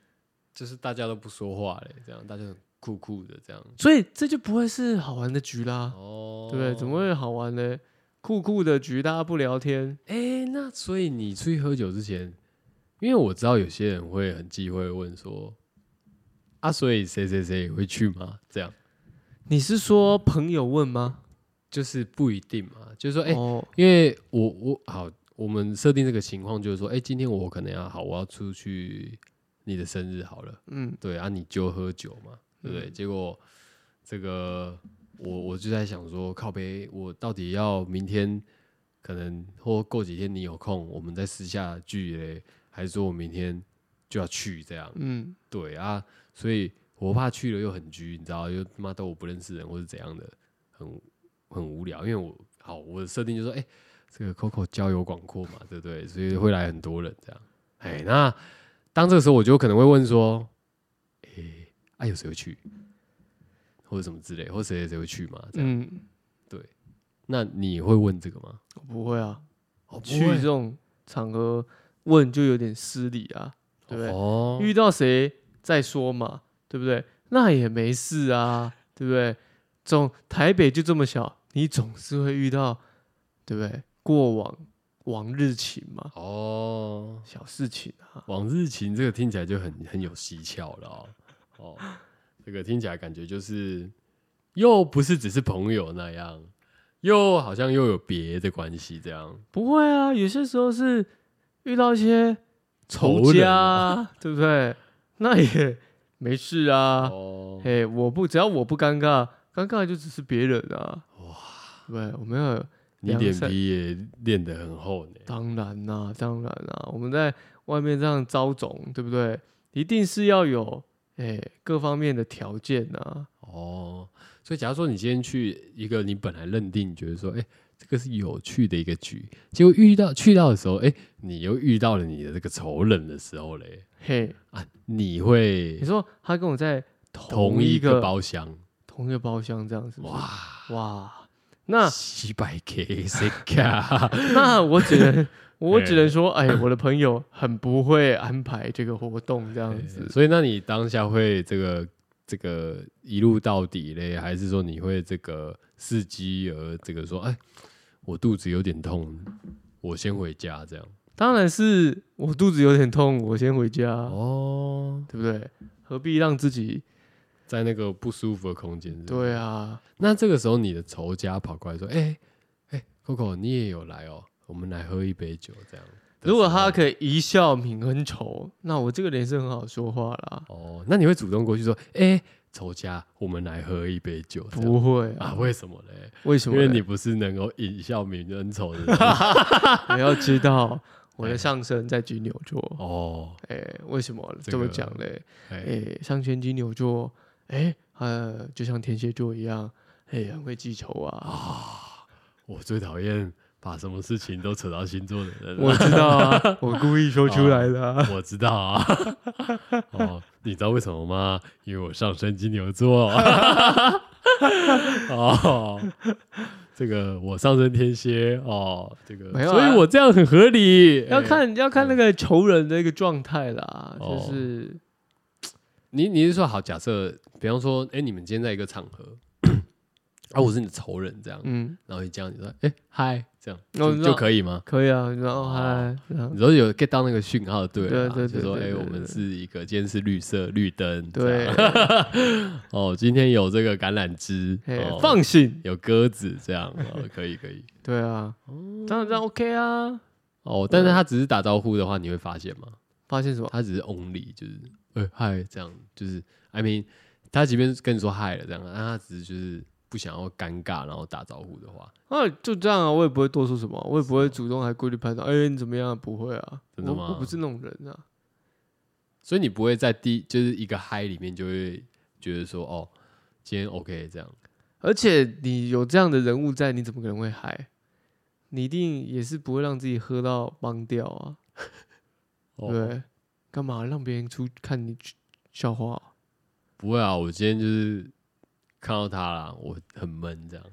[SPEAKER 1] 就是大家都不说话嘞，这样大家很酷酷的这样。
[SPEAKER 2] 所以这就不会是好玩的局啦，
[SPEAKER 1] 哦，
[SPEAKER 2] 对不对？怎么？会好玩呢？酷酷的局，大家不聊天，
[SPEAKER 1] 哎，那所以你出去喝酒之前，因为我知道有些人会很忌讳问说，啊，所以谁谁谁会去吗？这样
[SPEAKER 2] 你是说朋友问吗？
[SPEAKER 1] 就是不一定嘛，就是说，哎，
[SPEAKER 2] 哦，
[SPEAKER 1] 因为我我好，我们设定这个情况就是说，哎、今天我可能要好，我要出去你的生日好了，
[SPEAKER 2] 嗯，
[SPEAKER 1] 对啊，你就喝酒嘛，对不对？结果这个我我就在想说，靠呗，我到底要明天可能或过几天你有空，我们再私下聚嘞，还是说我明天就要去这样？
[SPEAKER 2] 嗯，
[SPEAKER 1] 对啊，所以我怕去了又很拘，你知道，又他妈都我不认识人或是怎样的，很很无聊。因为我好，我的设定就是说，哎、这个 Coco 交友广阔嘛，对不对？所以会来很多人这样。哎、那当这个时候我就可能会问说，哎、啊有谁会去，或者什么之类，或谁谁谁会去嘛？这样，
[SPEAKER 2] 嗯，
[SPEAKER 1] 那你会问这个吗？
[SPEAKER 2] 我不会啊，
[SPEAKER 1] 哦，不
[SPEAKER 2] 去
[SPEAKER 1] 会
[SPEAKER 2] 这种场合问就有点失礼啊，对不对？
[SPEAKER 1] 哦，
[SPEAKER 2] 遇到谁再说嘛，对不对？那也没事啊，对不对？总台北就这么小，你总是会遇到，对不对？过往往日情嘛，
[SPEAKER 1] 哦，
[SPEAKER 2] 小事情啊，
[SPEAKER 1] 往日情这个听起来就很很有蹊跷了哦。哦，这个听起来感觉就是又不是只是朋友那样，又好像又有别的关系这样。
[SPEAKER 2] 不会啊，有些时候是遇到一些
[SPEAKER 1] 仇
[SPEAKER 2] 仇
[SPEAKER 1] 人
[SPEAKER 2] 家
[SPEAKER 1] 啊
[SPEAKER 2] 啊，对不对？那也没事啊，
[SPEAKER 1] 哦，
[SPEAKER 2] 哎、我不只要我不尴尬，尴尬就只是别人啊，哇，对，我们要有
[SPEAKER 1] 你脸皮也练得很厚呢。
[SPEAKER 2] 当然啦、当然啦、我们在外面这样招总，对不对？一定是要有哎、各方面的条件啊。
[SPEAKER 1] 哦，所以假如说你今天去一个你本来认定觉得说，哎、这个是有趣的一个局，结果遇到去到的时候，哎、你又遇到了你的这个仇人的时候嘞，
[SPEAKER 2] 嘿，
[SPEAKER 1] 啊，你会
[SPEAKER 2] 你说他跟我在同
[SPEAKER 1] 同
[SPEAKER 2] 一
[SPEAKER 1] 一
[SPEAKER 2] 个
[SPEAKER 1] 个包厢，
[SPEAKER 2] 同一个包厢这样是不是？
[SPEAKER 1] 哇。
[SPEAKER 2] 哇，那
[SPEAKER 1] 七百 K 谁卡？
[SPEAKER 2] 那我只能我只
[SPEAKER 1] 哎
[SPEAKER 2] 能说，哎，我的朋友很不会安排这个活动这样子。
[SPEAKER 1] 所以那你当下会这个这个一路到底嘞，还是说你会这个伺机而这个说，哎，我肚子有点痛，我先回家这样？
[SPEAKER 2] 当然是我肚子有点痛，我先回家，
[SPEAKER 1] 哦，
[SPEAKER 2] 对不对？何必让自己？
[SPEAKER 1] 在那个不舒服的空间。是不是
[SPEAKER 2] 对，啊，
[SPEAKER 1] 那这个时候你的仇家跑过来说，哎哎，Coco 你也有来哦，我们来喝一杯酒这样。
[SPEAKER 2] 如果
[SPEAKER 1] 的时
[SPEAKER 2] 他
[SPEAKER 1] 候
[SPEAKER 2] 可以一笑泯恩仇，那我这个人是很好说话啦。
[SPEAKER 1] 哦，那你会主动过去说，哎，仇家，我们来喝一杯酒这样？
[SPEAKER 2] 不会啊，
[SPEAKER 1] 啊，为什么嘞？
[SPEAKER 2] 为什
[SPEAKER 1] 因
[SPEAKER 2] 么
[SPEAKER 1] 为
[SPEAKER 2] 嘞？
[SPEAKER 1] 你不是能够引笑泯恩仇的人
[SPEAKER 2] 你要知道，我
[SPEAKER 1] 哎
[SPEAKER 2] 的上升在金牛座。
[SPEAKER 1] 哦。
[SPEAKER 2] 哎，为什么
[SPEAKER 1] 这
[SPEAKER 2] 这么
[SPEAKER 1] 个
[SPEAKER 2] 讲嘞？
[SPEAKER 1] 哎
[SPEAKER 2] 哎，上升金牛座，哎，呃，就像天蝎座一样，哎，很会记仇
[SPEAKER 1] 哦
[SPEAKER 2] 啊。
[SPEAKER 1] 我最讨厌把什么事情都扯到星座的人了。
[SPEAKER 2] 我知 道啊，我故意说出来的、啊。
[SPEAKER 1] 我知道啊， 哦，你知道为什么吗？因为我上升金牛 座。哦，这个我上升天蝎哦，这个，
[SPEAKER 2] 没有啊
[SPEAKER 1] 所以我这样很合理。
[SPEAKER 2] 要
[SPEAKER 1] 哎
[SPEAKER 2] 看要看那个仇人的一个状态啦，就
[SPEAKER 1] 哦
[SPEAKER 2] 是
[SPEAKER 1] 你，你是说好？假设比方说，哎、你们今天在一个场合， 啊，我是你的仇人，这样，
[SPEAKER 2] 嗯，
[SPEAKER 1] 然后你这样，你说，哎、嗨，这样
[SPEAKER 2] 哦
[SPEAKER 1] 就
[SPEAKER 2] 你知
[SPEAKER 1] 就
[SPEAKER 2] 道
[SPEAKER 1] 可以吗？
[SPEAKER 2] 可以啊。然后还
[SPEAKER 1] 你说有 get 到那个讯号，对
[SPEAKER 2] 对
[SPEAKER 1] 了啦，
[SPEAKER 2] 对
[SPEAKER 1] 就
[SPEAKER 2] 对
[SPEAKER 1] 说哎、
[SPEAKER 2] 对对
[SPEAKER 1] 我
[SPEAKER 2] 对
[SPEAKER 1] 们
[SPEAKER 2] 对
[SPEAKER 1] 是一个今天是绿色绿灯，
[SPEAKER 2] 对，
[SPEAKER 1] 这样 哦，今天有这个橄榄枝，
[SPEAKER 2] 哎
[SPEAKER 1] 哦、
[SPEAKER 2] 放心，
[SPEAKER 1] 有鸽子，这样 哦，可以可以
[SPEAKER 2] 对啊，当然这样 OK 啊。
[SPEAKER 1] 哦，但是他只是打招呼的话，你会发现吗？
[SPEAKER 2] 发现什么？
[SPEAKER 1] 他只是 only 就是哎嗨、这样，就是 I mean，他即便跟你说嗨了这样，但他只是就是不想要尴尬，然后打招呼的话，
[SPEAKER 2] 啊，就这样啊，我也不会多说什么，我也不会主动还故意拍照。哎、你怎么样？不会啊，
[SPEAKER 1] 真的
[SPEAKER 2] 我
[SPEAKER 1] 吗
[SPEAKER 2] 我不是那种人啊。
[SPEAKER 1] 所以你不会在第就是一个嗨里面就会觉得说哦，今天 OK 这样。
[SPEAKER 2] 而且你有这样的人物在，你怎么可能会嗨？你一定也是不会让自己喝到崩掉啊，
[SPEAKER 1] 哦
[SPEAKER 2] 对不对？干嘛让别人出看你去笑话啊、
[SPEAKER 1] 不会啊，我今天就是看到他啦，我很闷这样，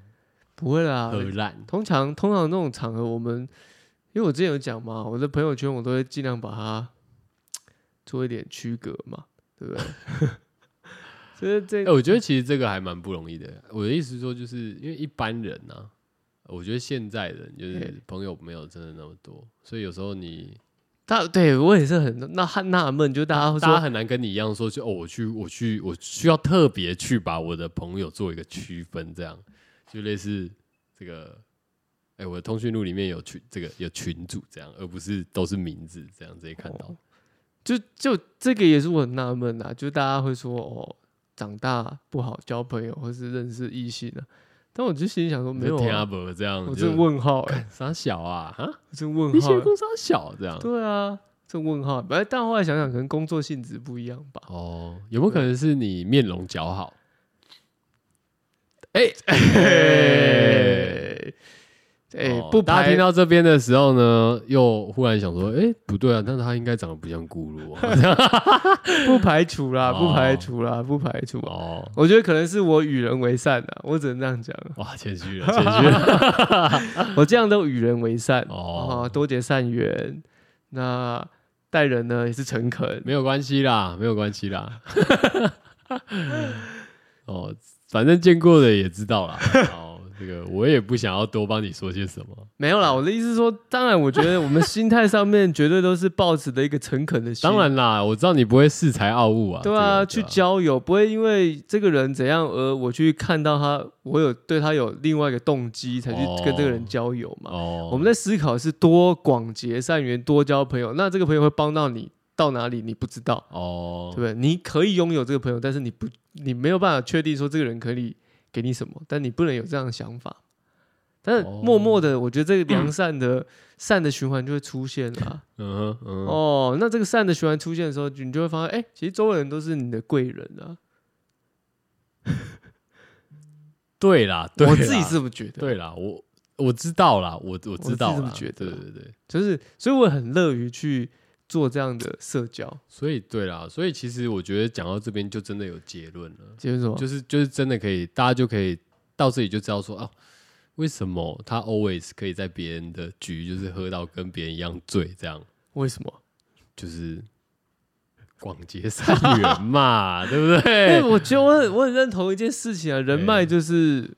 [SPEAKER 2] 不会啦，
[SPEAKER 1] 很烂。
[SPEAKER 2] 通常通常那种场合，我们因为我之前有讲嘛，我的朋友圈我都会尽量把它做一点区隔嘛，对不对？ 所以这
[SPEAKER 1] 哎、我觉得其实这个还蛮不容易的。我的意思是说，就是因为一般人啊，我觉得现在人就是
[SPEAKER 2] 嘿
[SPEAKER 1] 朋友没有真的那么多，所以有时候你
[SPEAKER 2] 大对我也是很纳纳闷，就大家会
[SPEAKER 1] 大家
[SPEAKER 2] 说，
[SPEAKER 1] 很难跟你一样说，就哦，我去，我去，我需要特别去把我的朋友做一个区分，这样就类似这个。哎、我的通讯录里面有群这个有群主这样，而不是都是名字这样直接看到。
[SPEAKER 2] 哦就就这个也是我很纳闷啊，就大家会说哦，长大不好交朋友或是认识异性啊，但我就心里想说没有、
[SPEAKER 1] 天阿
[SPEAKER 2] 啊，
[SPEAKER 1] 伯这样，
[SPEAKER 2] 我
[SPEAKER 1] 就
[SPEAKER 2] 真问号哎、
[SPEAKER 1] 傻小啊，哈，
[SPEAKER 2] 我真问
[SPEAKER 1] 你
[SPEAKER 2] 号
[SPEAKER 1] 写
[SPEAKER 2] 欸、
[SPEAKER 1] 工傻小这样。
[SPEAKER 2] 对啊，这问号，本来但后来想想，可能工作性质不一样吧。
[SPEAKER 1] 哦，有没有可能是你面容姣好？哎、
[SPEAKER 2] 哎、哎，
[SPEAKER 1] 哦
[SPEAKER 2] 不
[SPEAKER 1] 大家
[SPEAKER 2] 排
[SPEAKER 1] 听到这边的时候呢，又忽然想说，哎、不对啊，但他应该长得不像咕噜 啊
[SPEAKER 2] 不排除啦，
[SPEAKER 1] 哦
[SPEAKER 2] 不排除啦，不排除啊。
[SPEAKER 1] 哦，
[SPEAKER 2] 我觉得可能是我与人为善啊，我只能这样讲，
[SPEAKER 1] 哇，哦谦虚了，谦虚 了。
[SPEAKER 2] 我这样都与人为善
[SPEAKER 1] 哦
[SPEAKER 2] 哦，多结善缘，那待人呢也是诚恳。
[SPEAKER 1] 没有关系啦，没有关系 啦。哦，反正见过的也知道啦。 哦，这个我也不想要多帮你说些什么。
[SPEAKER 2] 没有啦，我的意思是说，当然，我觉得我们心态上面绝对都是抱持的一个诚恳的心。
[SPEAKER 1] 当然啦，我知道你不会恃才傲物啊。
[SPEAKER 2] 对啊，
[SPEAKER 1] 这
[SPEAKER 2] 去
[SPEAKER 1] 个
[SPEAKER 2] 交友不会因为这个人怎样而我去看到他，我有对他有另外一个动机才去跟这个人交友嘛。
[SPEAKER 1] 哦，
[SPEAKER 2] 我们在思考是多广结善缘，多交朋友。那这个朋友会帮到你到哪里，你不知道，
[SPEAKER 1] 哦
[SPEAKER 2] 对不，对？你可以拥有这个朋友，但是你不，你没有办法确定说这个人可以给你什么，但你不能有这样的想法。但是
[SPEAKER 1] 哦
[SPEAKER 2] 默默的，我觉得这个良善的、善的循环就会出现啦、
[SPEAKER 1] 嗯哼嗯哼，
[SPEAKER 2] 哦，那这个善的循环出现的时候，你就会发现，哎、其实周围人都是你的贵人啊。
[SPEAKER 1] 对啦，对啦啊
[SPEAKER 2] 我自己是这么觉得，
[SPEAKER 1] 对啦，我我知道啦，我我知道啦
[SPEAKER 2] 我自己这么觉得
[SPEAKER 1] 对对对，
[SPEAKER 2] 就是，所以我很乐于去做这样的社交。
[SPEAKER 1] 所以对啦，所以其实我觉得讲到这边就真的有结论了，
[SPEAKER 2] 结论是什么？
[SPEAKER 1] 就是就是真的可以，大家就可以到这里就知道说哦。为什么他 always 可以在别人的局，就是喝到跟别人一样醉，这样
[SPEAKER 2] 为什么？
[SPEAKER 1] 就是广结善缘嘛，对不
[SPEAKER 2] 因为
[SPEAKER 1] 对？
[SPEAKER 2] 我觉得我很我很认同一件事情啊，人脉就是就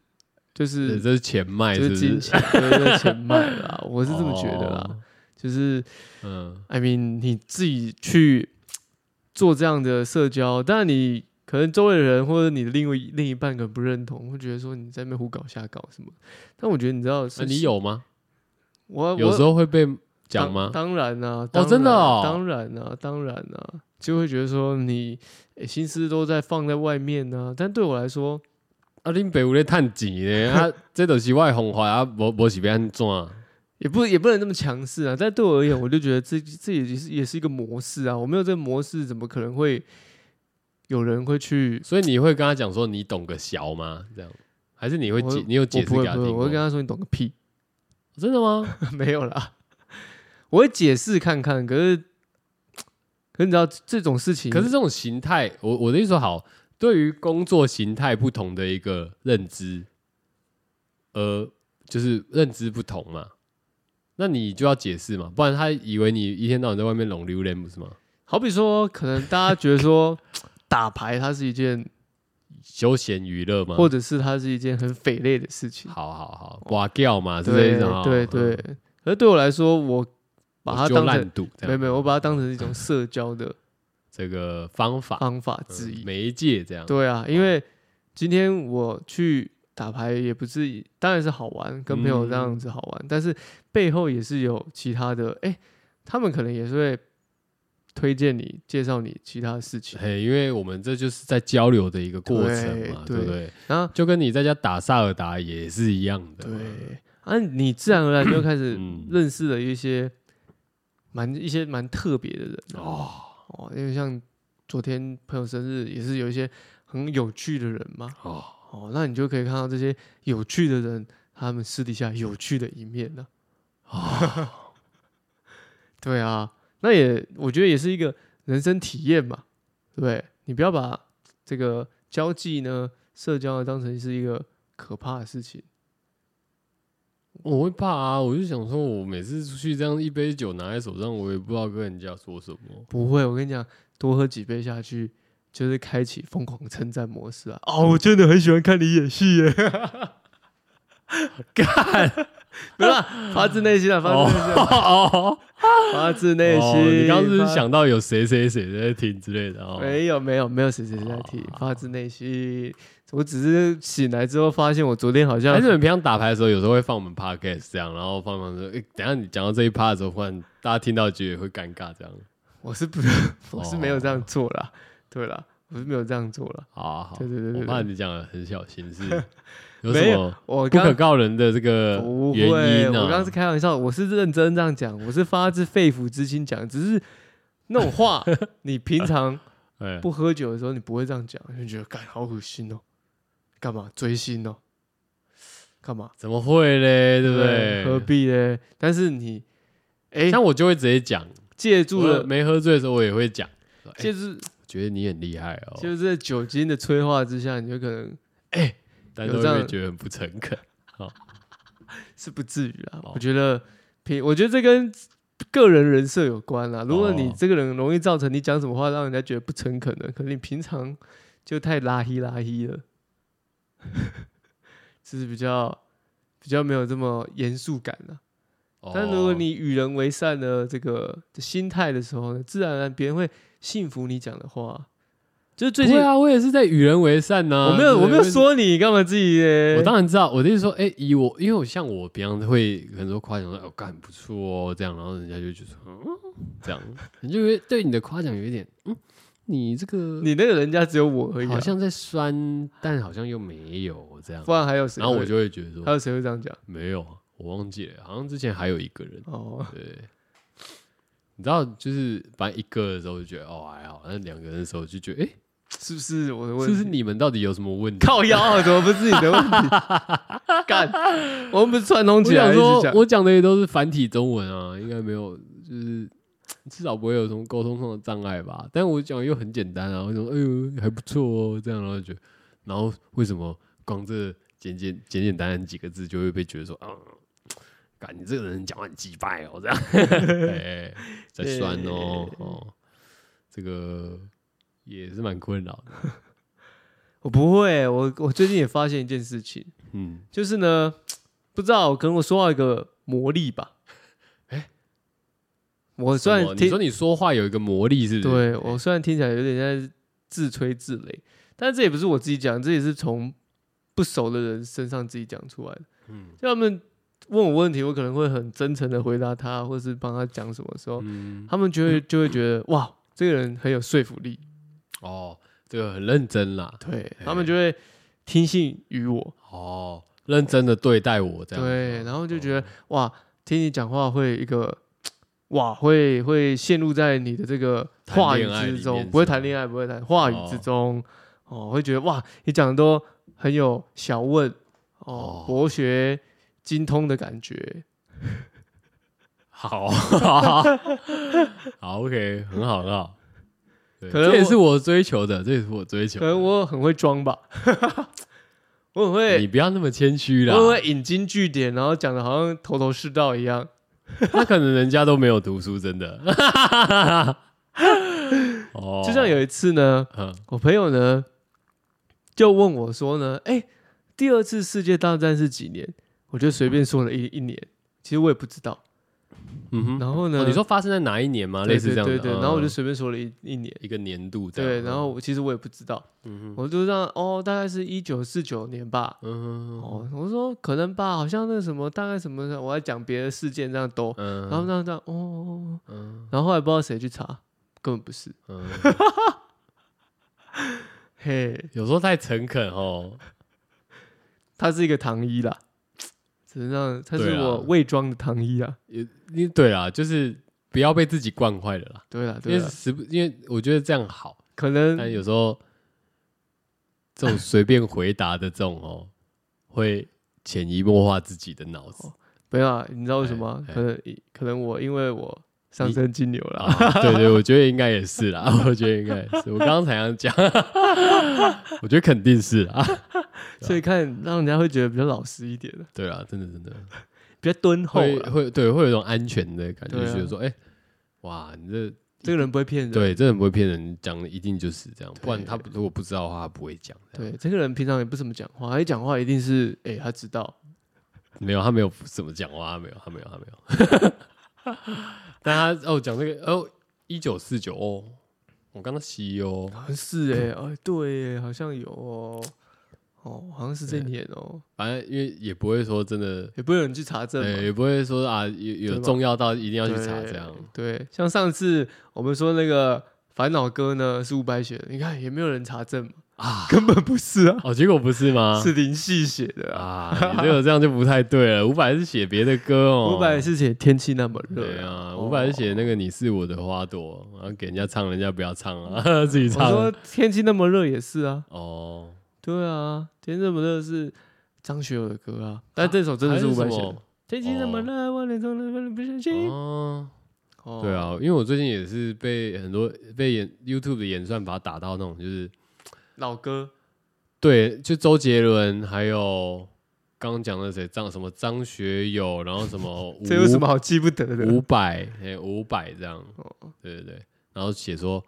[SPEAKER 1] 对
[SPEAKER 2] 是
[SPEAKER 1] 这是钱哎脉，
[SPEAKER 2] 就是是
[SPEAKER 1] 不
[SPEAKER 2] 金
[SPEAKER 1] 是？哦
[SPEAKER 2] 钱， 就是钱脉啦。 我
[SPEAKER 1] 我
[SPEAKER 2] 是这么觉得啦，就是
[SPEAKER 1] 嗯，
[SPEAKER 2] I mean 你自己去做这样的社交，但你可能周围的人或者你的另外一另一半可能不认同，会觉得说你在那边胡搞瞎搞什么。但我觉得你知道
[SPEAKER 1] 那
[SPEAKER 2] 是，
[SPEAKER 1] 你有吗？
[SPEAKER 2] 我
[SPEAKER 1] 有
[SPEAKER 2] 我
[SPEAKER 1] 时候会被讲
[SPEAKER 2] 当
[SPEAKER 1] 吗？
[SPEAKER 2] 当然啦、当然啊
[SPEAKER 1] 真的哦
[SPEAKER 2] 当然啦、当然啦、就会觉得说你、诶心思都在放在外面呢、但对我来说，
[SPEAKER 1] 啊，恁爸有咧趁钱 咧，啊，这都是我的方法啊，无无是要安怎？
[SPEAKER 2] 也不也不能那么强势啊。但对我而言，我就觉得这这也是也是一个模式啊。我没有这个模式，怎么可能会有人会去，
[SPEAKER 1] 所以你会跟他讲说你懂个小吗？这样，还是你会
[SPEAKER 2] 我
[SPEAKER 1] 解你有解
[SPEAKER 2] 我
[SPEAKER 1] 释
[SPEAKER 2] 不
[SPEAKER 1] 给
[SPEAKER 2] 会
[SPEAKER 1] 他
[SPEAKER 2] 不
[SPEAKER 1] 听哦
[SPEAKER 2] 会，
[SPEAKER 1] 过？
[SPEAKER 2] 我会跟他说你懂个屁，
[SPEAKER 1] 真的吗？
[SPEAKER 2] 没有啦，我会解释看看，可是可是你知道这种事情，
[SPEAKER 1] 可是这种形态，我我的意思说，好，对于工作形态不同的一个认知，呃，就是认知不同嘛，那你就要解释嘛，不然他以为你一天到晚在外面拢榴莲，不是吗？
[SPEAKER 2] 好比说，可能大家觉得 说打牌它是一件，
[SPEAKER 1] 休闲娱乐嘛，
[SPEAKER 2] 或者是它是一件很匪类的事情，
[SPEAKER 1] 好好好，刮掉嘛，是这
[SPEAKER 2] 对
[SPEAKER 1] 一种啊，
[SPEAKER 2] 对
[SPEAKER 1] 嗯，
[SPEAKER 2] 对。而对我来说，我把它
[SPEAKER 1] 我就
[SPEAKER 2] 当
[SPEAKER 1] 烂
[SPEAKER 2] 成
[SPEAKER 1] 赌这
[SPEAKER 2] 没有
[SPEAKER 1] 样，
[SPEAKER 2] 没有，我把它当成一种社交的
[SPEAKER 1] 这个方法
[SPEAKER 2] 方法
[SPEAKER 1] 嗯哦
[SPEAKER 2] 之一。
[SPEAKER 1] 媒介这样，
[SPEAKER 2] 对啊，因为今天我去打牌也不是以，当然是好玩，跟朋友这样子好玩，但是背后也是有其他的，哎、他们可能也是会推荐你、介绍你其他的事情。
[SPEAKER 1] 嘿，因为我们这就是在交流的一个过程嘛，
[SPEAKER 2] 对
[SPEAKER 1] 对不对？
[SPEAKER 2] 然后
[SPEAKER 1] 就跟你在家打萨尔达也是一样的嘛，
[SPEAKER 2] 对啊，你自然而然就开始
[SPEAKER 1] 嗯
[SPEAKER 2] 认识了一些蛮一些蛮特别的人哦
[SPEAKER 1] 哦。
[SPEAKER 2] 哦，因为像昨天朋友生日也是有一些很有趣的人嘛，
[SPEAKER 1] 哦，
[SPEAKER 2] 哦，那你就可以看到这些有趣的人，他们私底下有趣的一面呢、 对啊，那也我觉得也是一个人生体验嘛，对不对？你不要把这个交际呢、社交呢当成是一个可怕的事情。
[SPEAKER 1] 我会怕啊！我就想说，我每次出去这样一杯酒拿在手上，我也不知道跟人家说什么。
[SPEAKER 2] 不会，我跟你讲，多喝几杯下去，就是开启疯狂称赞模式啊！ 哦，我真的很喜欢看你演戏耶，干，没有啦，啊发自内心的，发自内心 啊，
[SPEAKER 1] 哦，
[SPEAKER 2] 发自内心。
[SPEAKER 1] 你刚刚是不是
[SPEAKER 2] 发
[SPEAKER 1] 想到有谁谁谁在听之类的哦？哦
[SPEAKER 2] 没有没有没有谁谁谁在提，发自内心。我只是醒来之后发现，我昨天好像
[SPEAKER 1] 还是你们平常打牌的时候，有时候会放我们 podcast 这样，然后放放说，诶等一下你讲到这一趴的时候，忽然大家听到觉得会尴尬这样。
[SPEAKER 2] 我是不 我是没有这样做
[SPEAKER 1] 哦
[SPEAKER 2] 啦，对啦，我是没有这样做啦。
[SPEAKER 1] 好啊好，
[SPEAKER 2] 对对对对
[SPEAKER 1] 我
[SPEAKER 2] 对
[SPEAKER 1] 怕你讲的很小心 是有
[SPEAKER 2] 没
[SPEAKER 1] 什
[SPEAKER 2] 有
[SPEAKER 1] 么
[SPEAKER 2] 我
[SPEAKER 1] 不
[SPEAKER 2] 刚
[SPEAKER 1] 可告人的这个
[SPEAKER 2] 不会，
[SPEAKER 1] 原因呢、啊
[SPEAKER 2] 我刚刚是开玩笑，我是认真这样讲，我是发自肺腑之心讲，只是那 种话，你平常
[SPEAKER 1] 哎
[SPEAKER 2] 不喝酒的时候，你不会这样讲，就觉得干好恶心哦，干嘛追星哦，干嘛
[SPEAKER 1] 怎么会嘞？对不对？
[SPEAKER 2] 何必呢？但是你哎，
[SPEAKER 1] 像我就会直接讲，
[SPEAKER 2] 借助
[SPEAKER 1] 住了
[SPEAKER 2] 了，
[SPEAKER 1] 没喝醉的时候，我也会讲。说哎
[SPEAKER 2] 借助
[SPEAKER 1] 觉得你很厉害哦，
[SPEAKER 2] 就是在酒精的催化之下，你就可能
[SPEAKER 1] 但
[SPEAKER 2] 有
[SPEAKER 1] 都
[SPEAKER 2] 这样
[SPEAKER 1] 会觉得很不诚恳。
[SPEAKER 2] 是不至于啦。
[SPEAKER 1] 哦
[SPEAKER 2] 我觉得平，我觉得这跟个人人设有关啦。如果你
[SPEAKER 1] 哦
[SPEAKER 2] 这个人容易造成你讲什么话让人家觉得不诚恳的，可能你平常就太拉稀拉稀了， 就是比较比较没有这么严肃感了。但如果
[SPEAKER 1] 哦
[SPEAKER 2] 你与人为善的这个心态的时候呢，自然而然别人会信服你讲的话。就是最近、
[SPEAKER 1] 对啊，我也是在与人为善呢、
[SPEAKER 2] 我没有
[SPEAKER 1] 对
[SPEAKER 2] 我没
[SPEAKER 1] 为
[SPEAKER 2] 有
[SPEAKER 1] 什么，
[SPEAKER 2] 说你干嘛自己、
[SPEAKER 1] 我当然知道，我的意思说，哎、以我因为我像我平常会很多夸奖说，哦，干不错哦，这样，然后人家就觉得说，嗯，这样，你就会对你的夸奖有一点，嗯，你这个
[SPEAKER 2] 你那个人家只有我而已啊、
[SPEAKER 1] 好像在酸，但好像又没有这样
[SPEAKER 2] 不，然还有谁
[SPEAKER 1] 然
[SPEAKER 2] 会？
[SPEAKER 1] 后我就会觉得
[SPEAKER 2] 还
[SPEAKER 1] 说，
[SPEAKER 2] 有谁会这样讲？
[SPEAKER 1] 没有，啊我忘记了，好像之前还有一个人。
[SPEAKER 2] 哦，
[SPEAKER 1] 对，你知道，就是反正一个的时候就觉得哦还好，但两个人的时候就觉得，哎、
[SPEAKER 2] 是不是我的
[SPEAKER 1] 是
[SPEAKER 2] 问
[SPEAKER 1] 不
[SPEAKER 2] 题？
[SPEAKER 1] 是你们到底有什么问题？
[SPEAKER 2] 靠腰啊？怎么不是你 的问题？干，我们不是串通
[SPEAKER 1] 我
[SPEAKER 2] 起
[SPEAKER 1] 想
[SPEAKER 2] 来一起
[SPEAKER 1] 说，
[SPEAKER 2] 讲？
[SPEAKER 1] 我讲的也都是繁体中文啊，应该没有，就是至少不会有什么沟通上的障碍吧。但我讲又很简单啊，我想说，哎呦还不错哦，这样然后就觉得，然后为什么光这简简简简单单几个字就会被觉得说啊？感你这个人讲话很鸡掰哦，这样， 哎、在酸哦，哦，这个也是蛮困扰的，
[SPEAKER 2] 我不会，我我最近也发现一件事情，
[SPEAKER 1] 嗯，
[SPEAKER 2] 就是呢，不知道可能我说到一个魔力吧。哎，我虽
[SPEAKER 1] 什么
[SPEAKER 2] 然
[SPEAKER 1] 你
[SPEAKER 2] 听
[SPEAKER 1] 说你说话有一个魔力，是不是？
[SPEAKER 2] 对我虽然听起来有点在自吹自擂，但这也不是我自己讲，这也是从不熟的人身上自己讲出来的。嗯
[SPEAKER 1] 嗯，
[SPEAKER 2] 就他们问我问题，我可能会很真诚的回答他，或是帮他讲什么时候，
[SPEAKER 1] 嗯，
[SPEAKER 2] 他们就会就会觉得哇，这个人很有说服力，
[SPEAKER 1] 哦，这个很认真啦，
[SPEAKER 2] 对他们就会听信于我，
[SPEAKER 1] 哦，认真的对待我这样，
[SPEAKER 2] 对，然后就觉得
[SPEAKER 1] 哦
[SPEAKER 2] 哇，听你讲话会一个哇，会会陷入在你的这个话语
[SPEAKER 1] 谈恋爱里
[SPEAKER 2] 之
[SPEAKER 1] 面
[SPEAKER 2] 中
[SPEAKER 1] 是，
[SPEAKER 2] 不会谈恋爱，不会谈话语之中，哦会觉得哇，你讲的都很有小问哦
[SPEAKER 1] 哦，
[SPEAKER 2] 博学精通的感觉，
[SPEAKER 1] 好， 好，OK，很好，很好。对
[SPEAKER 2] 可能
[SPEAKER 1] 这也
[SPEAKER 2] 我
[SPEAKER 1] 是我追求的，这也是我追求
[SPEAKER 2] 可
[SPEAKER 1] 的。
[SPEAKER 2] 能我很会装吧，我
[SPEAKER 1] 你
[SPEAKER 2] 很会，
[SPEAKER 1] 不要那么谦虚
[SPEAKER 2] 我
[SPEAKER 1] 啦，
[SPEAKER 2] 很会引经据典，然后讲的好像头头是道一样。
[SPEAKER 1] 那可能人家都没有读书，真的。 哦，
[SPEAKER 2] 就像有一次呢，
[SPEAKER 1] 嗯，
[SPEAKER 2] 我朋友呢就问我说呢，哎、第二次世界大战是几年？我就随便说了一一年，其实我也不知道。
[SPEAKER 1] 嗯哼，
[SPEAKER 2] 然后呢，
[SPEAKER 1] 哦你说发生在哪一年吗？
[SPEAKER 2] 对
[SPEAKER 1] 类似这样
[SPEAKER 2] 对
[SPEAKER 1] 的，
[SPEAKER 2] 对
[SPEAKER 1] 嗯
[SPEAKER 2] 对，然后我就随便说了一一年，
[SPEAKER 1] 一个年度这样
[SPEAKER 2] 对，然后我其实我也不知道，
[SPEAKER 1] 嗯哼，
[SPEAKER 2] 我就让哦，大概是一九四九年吧。
[SPEAKER 1] 嗯哼，
[SPEAKER 2] 哦，我说可能吧，好像那什么，大概什么，我还讲别的事件这样都，
[SPEAKER 1] 嗯，
[SPEAKER 2] 然后这样这样，哦哦，哦
[SPEAKER 1] 嗯
[SPEAKER 2] 然后后来不知道谁去查，根本不是，
[SPEAKER 1] 嗯，
[SPEAKER 2] 嘿，
[SPEAKER 1] 有时候太诚恳哦，
[SPEAKER 2] 他是一个糖衣啦，只能让他
[SPEAKER 1] 对啊
[SPEAKER 2] 是
[SPEAKER 1] 啦
[SPEAKER 2] 我伪装的糖衣啊，
[SPEAKER 1] 也你对啦，就是不要被自己惯坏了啦，哎
[SPEAKER 2] 对啦对啊
[SPEAKER 1] 因
[SPEAKER 2] 啦
[SPEAKER 1] 为，时不因为我觉得这样好。
[SPEAKER 2] 可能
[SPEAKER 1] 但有时候这种随便回答的这种哦，会潜移默化自己的脑子
[SPEAKER 2] 哦。没有啊，你知道为什么吗？
[SPEAKER 1] 哎哎
[SPEAKER 2] 可能可能我因为我上
[SPEAKER 1] 你
[SPEAKER 2] 升金牛
[SPEAKER 1] 啊
[SPEAKER 2] 啦，，
[SPEAKER 1] 对对，我觉得应该也是啦， 我觉得应该也是。我刚刚才想讲，我觉得肯定是啦。啊
[SPEAKER 2] 所以看让人家会觉得比较老实一点的，
[SPEAKER 1] 对啦，真的真的
[SPEAKER 2] 比较敦厚
[SPEAKER 1] 会
[SPEAKER 2] 啦，
[SPEAKER 1] 会对会有一种安全的感觉，
[SPEAKER 2] 对啊
[SPEAKER 1] 觉得说，哎，哇，你这
[SPEAKER 2] 这个人不会骗人。
[SPEAKER 1] 对真的不会骗人，讲的一定就是这样，不然
[SPEAKER 2] 对
[SPEAKER 1] 他不如果不知道的话，他不会讲。这样，
[SPEAKER 2] 对，这个人平常也不怎么讲话，他一讲话一定是哎、他知道，
[SPEAKER 1] 没有，他没有怎么讲话，他没有，他没有，他没有。 但他哦，讲这个哦，一九四九哦，我刚刚西哦，
[SPEAKER 2] 好像是哎、哎对、哎好像有哦，哦，好像是这一
[SPEAKER 1] 对
[SPEAKER 2] 年哦，
[SPEAKER 1] 反正因为也不会说真的，
[SPEAKER 2] 也不会有人去查证嘛。
[SPEAKER 1] 对，也不会说啊有
[SPEAKER 2] 对
[SPEAKER 1] 有
[SPEAKER 2] 吧
[SPEAKER 1] 重要到一定要去查
[SPEAKER 2] 对
[SPEAKER 1] 这样。
[SPEAKER 2] 对，像上次我们说那个烦恼歌呢是伍佰写的，你看也没有人查证嘛，
[SPEAKER 1] 啊。
[SPEAKER 2] 根本不是啊，
[SPEAKER 1] 哦，结果不是吗？
[SPEAKER 2] 是林夕写的啊。
[SPEAKER 1] 啊，你这个这样就不太对了。伍佰是写别的歌哦，
[SPEAKER 2] 伍佰是写天气那么
[SPEAKER 1] 对
[SPEAKER 2] 热
[SPEAKER 1] 啊，
[SPEAKER 2] 哦
[SPEAKER 1] 伍佰是写那个你是我的花朵，然后给人家唱，人家不要唱啊， 自己
[SPEAKER 2] 我说
[SPEAKER 1] 唱。
[SPEAKER 2] 天气那么热也是啊，
[SPEAKER 1] 哦，
[SPEAKER 2] 对啊，天气那么热是张学友的歌啊，但这首真的是伍佰写的。天气那么热，我脸从来不相
[SPEAKER 1] 还是什
[SPEAKER 2] 信
[SPEAKER 1] 么。。哦，
[SPEAKER 2] 哦
[SPEAKER 1] 对，啊，因为我最近也是被很多被演 YouTube 的演算法打到那种，就是
[SPEAKER 2] 老歌
[SPEAKER 1] 对，就周杰伦，还有刚刚讲的谁，张什么张学友，然后什么
[SPEAKER 2] 这有什么好记不得的？哦
[SPEAKER 1] 五百，哎，五百这样，对对对，然后写说，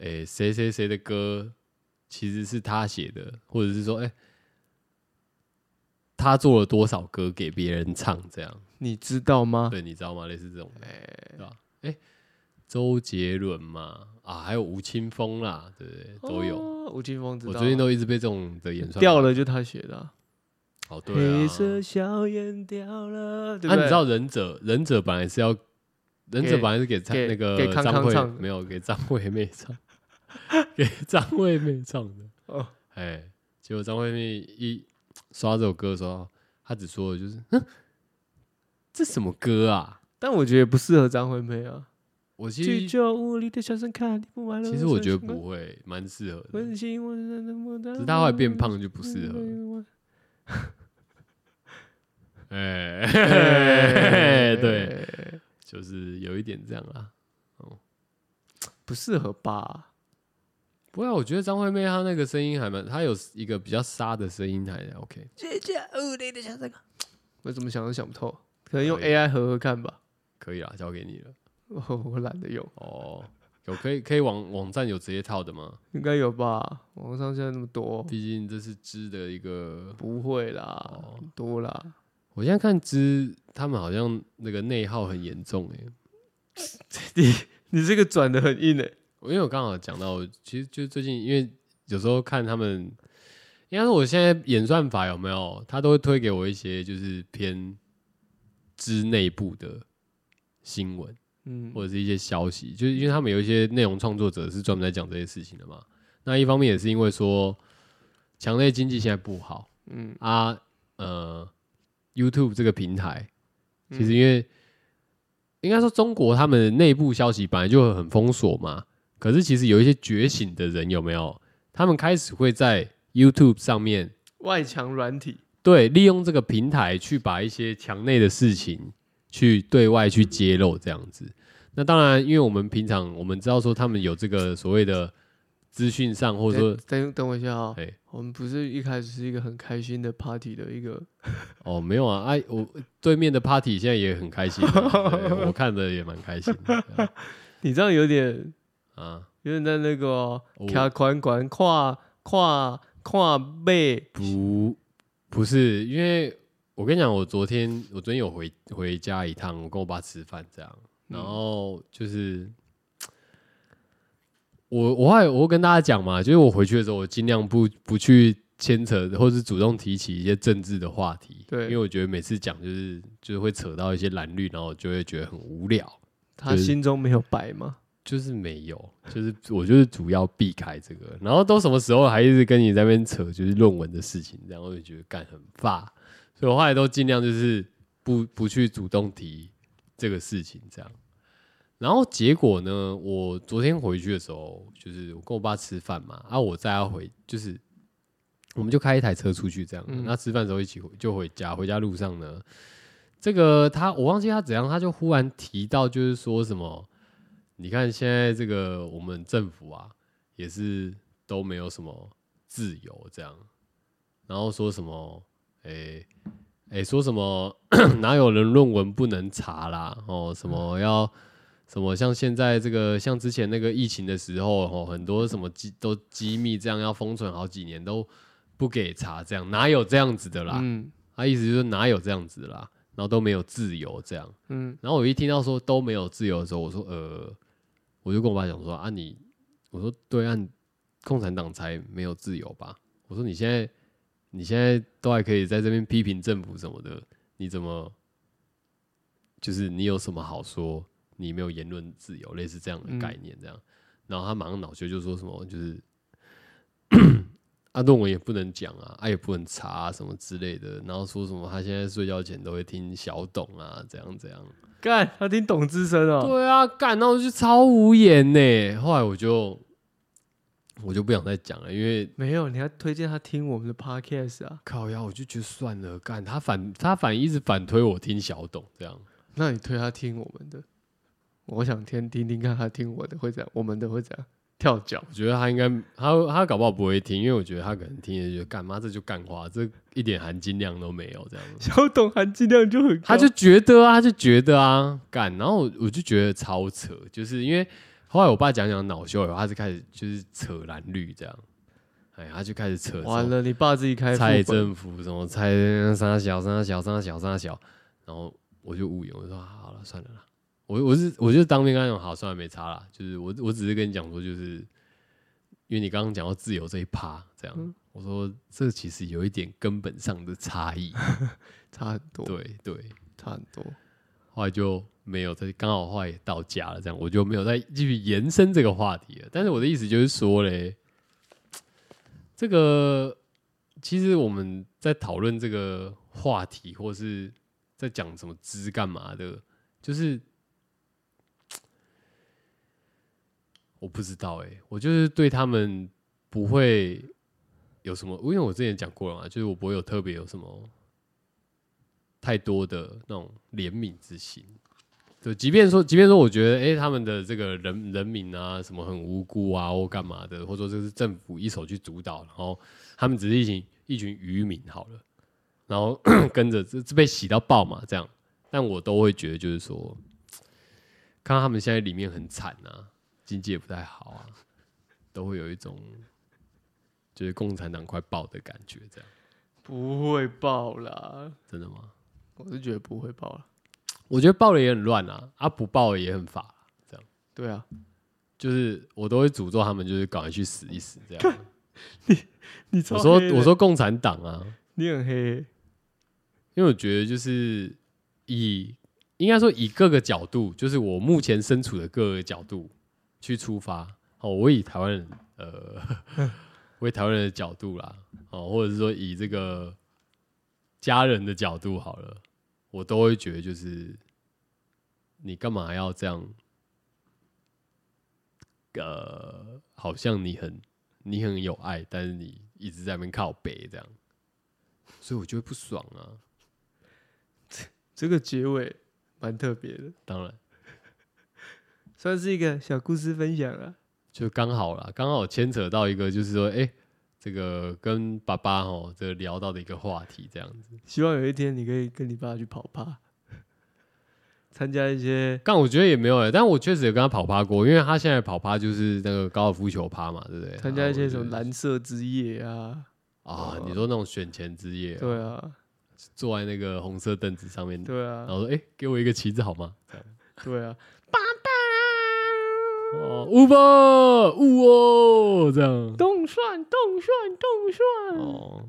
[SPEAKER 1] 哎，谁谁谁的歌其实是他写的，或者是说，哎，他做了多少歌给别人唱，这样，
[SPEAKER 2] 你知道吗？
[SPEAKER 1] 对，你知道吗？类似这种的，对吧？哎，周杰伦嘛，啊，还有吴青峰啦，对不对？都有。
[SPEAKER 2] 哦。吴青峰知道
[SPEAKER 1] 我
[SPEAKER 2] 啊。
[SPEAKER 1] 最近都一直被这种的演算
[SPEAKER 2] 掉了就他写的啊。
[SPEAKER 1] 法，哦，对啊。
[SPEAKER 2] 黑色小眼掉了，对
[SPEAKER 1] 啊，
[SPEAKER 2] 不
[SPEAKER 1] 你
[SPEAKER 2] 对？
[SPEAKER 1] 知道忍者忍者本来是要忍者
[SPEAKER 2] 给
[SPEAKER 1] 本来是给张
[SPEAKER 2] 给
[SPEAKER 1] 那
[SPEAKER 2] 给
[SPEAKER 1] 个
[SPEAKER 2] 康
[SPEAKER 1] 张
[SPEAKER 2] 康
[SPEAKER 1] 惠
[SPEAKER 2] 唱的
[SPEAKER 1] 没有给张惠妹唱， 给张惠妹唱的。
[SPEAKER 2] 哦
[SPEAKER 1] 哎，结果张惠妹一刷这首歌的时候，她只说的就是 哼，这什么歌啊？
[SPEAKER 2] 但我觉得也不适合张惠妹啊。
[SPEAKER 1] 我其
[SPEAKER 2] 去
[SPEAKER 1] 实
[SPEAKER 2] 旧屋里的小声看，你不买了。
[SPEAKER 1] 其实我觉得不会，蛮适合的
[SPEAKER 2] 温。馨，我真的不
[SPEAKER 1] 只是她后来变胖就啊不适合。
[SPEAKER 2] 合。
[SPEAKER 1] 哎， 对，，就是有一点这样啦。
[SPEAKER 2] 不适合吧？
[SPEAKER 1] 不过我觉得张惠妹她那个声音还蛮，她有一个比较沙的声音还 OK。
[SPEAKER 2] 去旧屋里的小声看，我怎么想都想不透，可能用
[SPEAKER 1] 可以
[SPEAKER 2] AI 合合看吧。
[SPEAKER 1] 可以啦，交给你了。
[SPEAKER 2] 我我懒得用，
[SPEAKER 1] 哦，有可以可以网网站有直接套的吗？
[SPEAKER 2] 应该有吧？网上现在那么多，
[SPEAKER 1] 毕竟这是知的一个，
[SPEAKER 2] 不会啦
[SPEAKER 1] 哦，
[SPEAKER 2] 多啦。
[SPEAKER 1] 我现在看知他们好像那个内耗很严重哎、
[SPEAKER 2] 你这个转的很硬欸诶，
[SPEAKER 1] 我因为我刚好讲到，其实就最近因为有时候看他们，应该是我现在演算法有没有，他都会推给我一些就是偏知内部的新闻。
[SPEAKER 2] 嗯，
[SPEAKER 1] 或者是一些消息，就是因为他们有一些内容创作者是专门在讲这些事情的嘛。那一方面也是因为说，强烈经济现在不好
[SPEAKER 2] 嗯，
[SPEAKER 1] 啊，呃，YouTube 这个平台，
[SPEAKER 2] 嗯
[SPEAKER 1] 其实因为应该说中国他们内部消息本来就很封锁嘛，可是其实有一些觉醒的人有没有？他们开始会在 YouTube 上面
[SPEAKER 2] 外强软体，
[SPEAKER 1] 对，利用这个平台去把一些墙内的事情去对外去揭露，这样子。那当然，因为我们平常我们知道说他们有这个所谓的资讯上，或者说
[SPEAKER 2] 哎等等等我一下啊、
[SPEAKER 1] 哎
[SPEAKER 2] 我们不是一开始是一个很开心的 party 的一个，
[SPEAKER 1] 哦没有啊，哎、我对面的 party 现在也很开心啊、对我看的也蛮开心的对啊
[SPEAKER 2] 你这样有点
[SPEAKER 1] 啊，
[SPEAKER 2] 有点在那个哦
[SPEAKER 1] 我
[SPEAKER 2] 卡管管跨跨跨背，
[SPEAKER 1] 不不是因为我跟你讲，我昨天我昨天有回回家一趟，我跟我爸吃饭这样，然后就是。我我后来我会跟大家讲嘛，就是我回去的时候，我尽量不不去牵扯，或是主动提起一些政治的话题，
[SPEAKER 2] 对
[SPEAKER 1] 因为我觉得每次讲就是就是会扯到一些蓝绿，然后我就会觉得很无聊，
[SPEAKER 2] 他
[SPEAKER 1] 就是
[SPEAKER 2] 心中没有白吗？
[SPEAKER 1] 就是没有，就是我就是主要避开这个，然后都什么时候还一直跟你在那边扯就是论文的事情，然后就觉得干很发，所以我后来都尽量就是不不去主动提这个事情这样。然后结果呢，我昨天回去的时候，就是我跟我爸吃饭嘛，啊，我载他回，就是我们就开一台车出去这样，
[SPEAKER 2] 嗯
[SPEAKER 1] 那吃饭的时候一起回就回家，回家路上呢，这个他我忘记他怎样，他就忽然提到就是说什么。你看现在这个我们政府啊，也是都没有什么自由这样，然后说什么，诶、诶、说什么 哪有人论文不能查啦？哦，什么要什么像现在这个像之前那个疫情的时候，哦，很多什么机都机密这样要封存好几年都不给查，这样哪有这样子的啦？
[SPEAKER 2] 嗯
[SPEAKER 1] 他意思就是哪有这样子的啦，然后都没有自由这样。
[SPEAKER 2] 嗯，
[SPEAKER 1] 然后我一听到说都没有自由的时候，我说呃，我就跟我爸讲说啊你，我说对岸共产党才没有自由吧？我说你现在你现在都还可以在这边批评政府什么的，你怎么就是你有什么好说？你没有言论自由，类似这样的概念这样。然后他马上恼羞就说什么就是。 啊，论文也不能讲啊，啊也不能查、啊、什么之类的，然后说什么他现在睡觉前都会听小董啊，怎样怎样，
[SPEAKER 2] 干他听董之声哦，
[SPEAKER 1] 对啊，干，那我就超无言呢。后来我就我就不想再讲了，因为
[SPEAKER 2] 没有，你还推荐他听我们的 podcast 啊？
[SPEAKER 1] 靠腰，我就觉得算了，干他反他反一直反推我听小董这样，
[SPEAKER 2] 那你推他听我们的，我想听听听看他听我的会怎样，我们的会怎样跳脚？
[SPEAKER 1] 我觉得他应该他他搞不好不会听，因为我觉得他可能听了就觉得干妈这就干话，这一点含金量都没有这样。
[SPEAKER 2] 小董含金量就很高，
[SPEAKER 1] 他就觉得啊，他就觉得啊，干，然后我我就觉得超扯，就是因为后来我爸讲讲恼羞以后，他就开始就是扯蓝绿这样，哎，他就开始扯什么
[SPEAKER 2] 完了，你爸自己开副
[SPEAKER 1] 蔡
[SPEAKER 2] 本
[SPEAKER 1] 政府什么蔡啥小啥小啥小啥小，然后我就无言，我说啊好了算了啦，我我是我就当面跟他讲好，算了没差啦，就是我我只是跟你讲说，就是因为你刚刚讲到自由这一趴，这样、
[SPEAKER 2] 嗯
[SPEAKER 1] 我说这其实有一点根本上的差 异，
[SPEAKER 2] 差很多，
[SPEAKER 1] 对对，
[SPEAKER 2] 差很多。
[SPEAKER 1] 后来就没有再刚好后来也到家了，这样我就没有再继续延伸这个话题了。但是我的意思就是说嘞，这个其实我们在讨论这个话题，或是在讲什么知干嘛的，就是我不知道哎、我就是对他们不会有什么，因为我之前讲过了嘛，就是我不会有特别有什么太多的那种怜悯之心。就即便说，即便说，我觉得，哎、他们的这个人人民啊，什么很无辜啊，或干嘛的，或者说这是政府一手去主导，然后他们只是一群一群渔民好了，然后 跟着这这被洗到爆嘛，这样，但我都会觉得就是说，看到他们现在里面很惨啊，经济也不太好啊，都会有一种就是共产党快爆的感觉，这样，
[SPEAKER 2] 不会爆啦，
[SPEAKER 1] 真的吗？
[SPEAKER 2] 我是觉得不会爆啦。
[SPEAKER 1] 我觉得爆了也很乱啊，啊不爆了也很法，
[SPEAKER 2] 对啊，
[SPEAKER 1] 就是我都会诅咒他们，就是赶快去死一死这样。
[SPEAKER 2] 你 超
[SPEAKER 1] 我说
[SPEAKER 2] 黑的
[SPEAKER 1] 我说共产党啊，
[SPEAKER 2] 你很黑，
[SPEAKER 1] 因为我觉得就是以应该说以各个角度，就是我目前身处的各个角度去出发。哦，我以台湾人呃， 我以台湾人的角度啦，哦，或者是说以这个家人的角度好了，我都会觉得就是你干嘛要这样？呃，好像你很你很有爱，但是你一直在那边靠北这样，所以我就会不爽啊。
[SPEAKER 2] 这个结尾蛮特别的，
[SPEAKER 1] 当然，
[SPEAKER 2] 算是一个小故事分享啊。
[SPEAKER 1] 就刚好啦，刚好牵扯到一个，就是说，哎、这个跟爸爸哦，这个聊到的一个话题这样子。
[SPEAKER 2] 希望有一天你可以跟你爸去跑趴， 参加一些
[SPEAKER 1] 但我觉得也没有哎、但我确实有跟他跑趴过，因为他现在跑趴就是那个高尔夫球趴嘛，对不对？
[SPEAKER 2] 参加一些什么
[SPEAKER 1] 然
[SPEAKER 2] 蓝色之夜啊，
[SPEAKER 1] 后我就啊？你说那种选前之夜啊、
[SPEAKER 2] 对啊，
[SPEAKER 1] 坐在那个红色凳子上面，
[SPEAKER 2] 对
[SPEAKER 1] 然
[SPEAKER 2] 啊，
[SPEAKER 1] 后说：“哎、给我一个旗子好吗
[SPEAKER 2] 对啊，？”
[SPEAKER 1] 哦，Uber，呜哦，这样。
[SPEAKER 2] 动算动算动算，
[SPEAKER 1] 哦，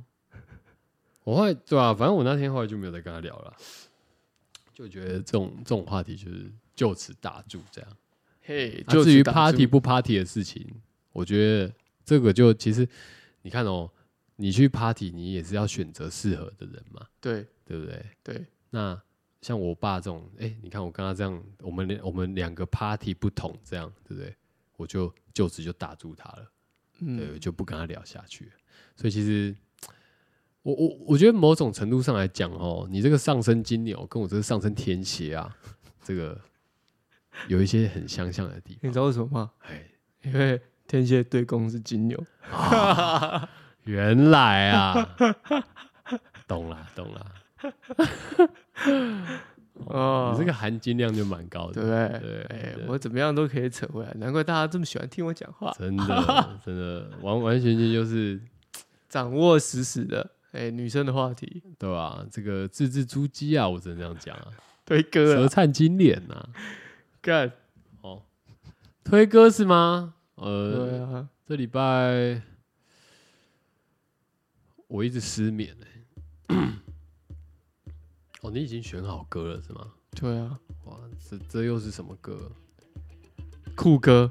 [SPEAKER 1] 我后来对啊，反正我那天后来就没有再跟他聊了，就觉得这种这种话题就是就此打住这样。
[SPEAKER 2] 嘿，
[SPEAKER 1] 啊、至于
[SPEAKER 2] 此打住
[SPEAKER 1] party 不 party 的事情，我觉得这个就其实你看哦，你去 party 你也是要选择适合的人嘛，
[SPEAKER 2] 对
[SPEAKER 1] 对不对？
[SPEAKER 2] 对，
[SPEAKER 1] 那像我爸这种，哎、你看我跟他这样，我们我们两个 party 不同，这样对不对？我就就此就打住他了，对，
[SPEAKER 2] 嗯
[SPEAKER 1] 我就不跟他聊下去了。所以其实，我我我觉得某种程度上来讲，哦，你这个上升金牛跟我这个上升天蝎啊，这个有一些很相像的地
[SPEAKER 2] 你
[SPEAKER 1] 方
[SPEAKER 2] 知。道为什么吗？
[SPEAKER 1] 哎，
[SPEAKER 2] 因为天蝎对宫是金牛，
[SPEAKER 1] 原来啊，懂啦懂啦，
[SPEAKER 2] 哦
[SPEAKER 1] 你这个含金量就蛮高的
[SPEAKER 2] 对不。对？
[SPEAKER 1] 对
[SPEAKER 2] 哎
[SPEAKER 1] 对，
[SPEAKER 2] 我怎么样都可以扯回来，难怪大家这么喜欢听我讲话，
[SPEAKER 1] 真的，真的，完完全全就是
[SPEAKER 2] 掌握死死的。哎，女生的话题，
[SPEAKER 1] 对吧、这个字字珠玑啊，我只能这样讲啊，
[SPEAKER 2] 推歌
[SPEAKER 1] 舌
[SPEAKER 2] 啊
[SPEAKER 1] 灿金莲呐、
[SPEAKER 2] 干，
[SPEAKER 1] 哦，推歌是吗？呃，
[SPEAKER 2] 对啊，
[SPEAKER 1] 这礼拜我一直失眠欸 哦，你已经选好歌了是吗？
[SPEAKER 2] 对啊，
[SPEAKER 1] 哇，这这又是什么歌？
[SPEAKER 2] 酷哥，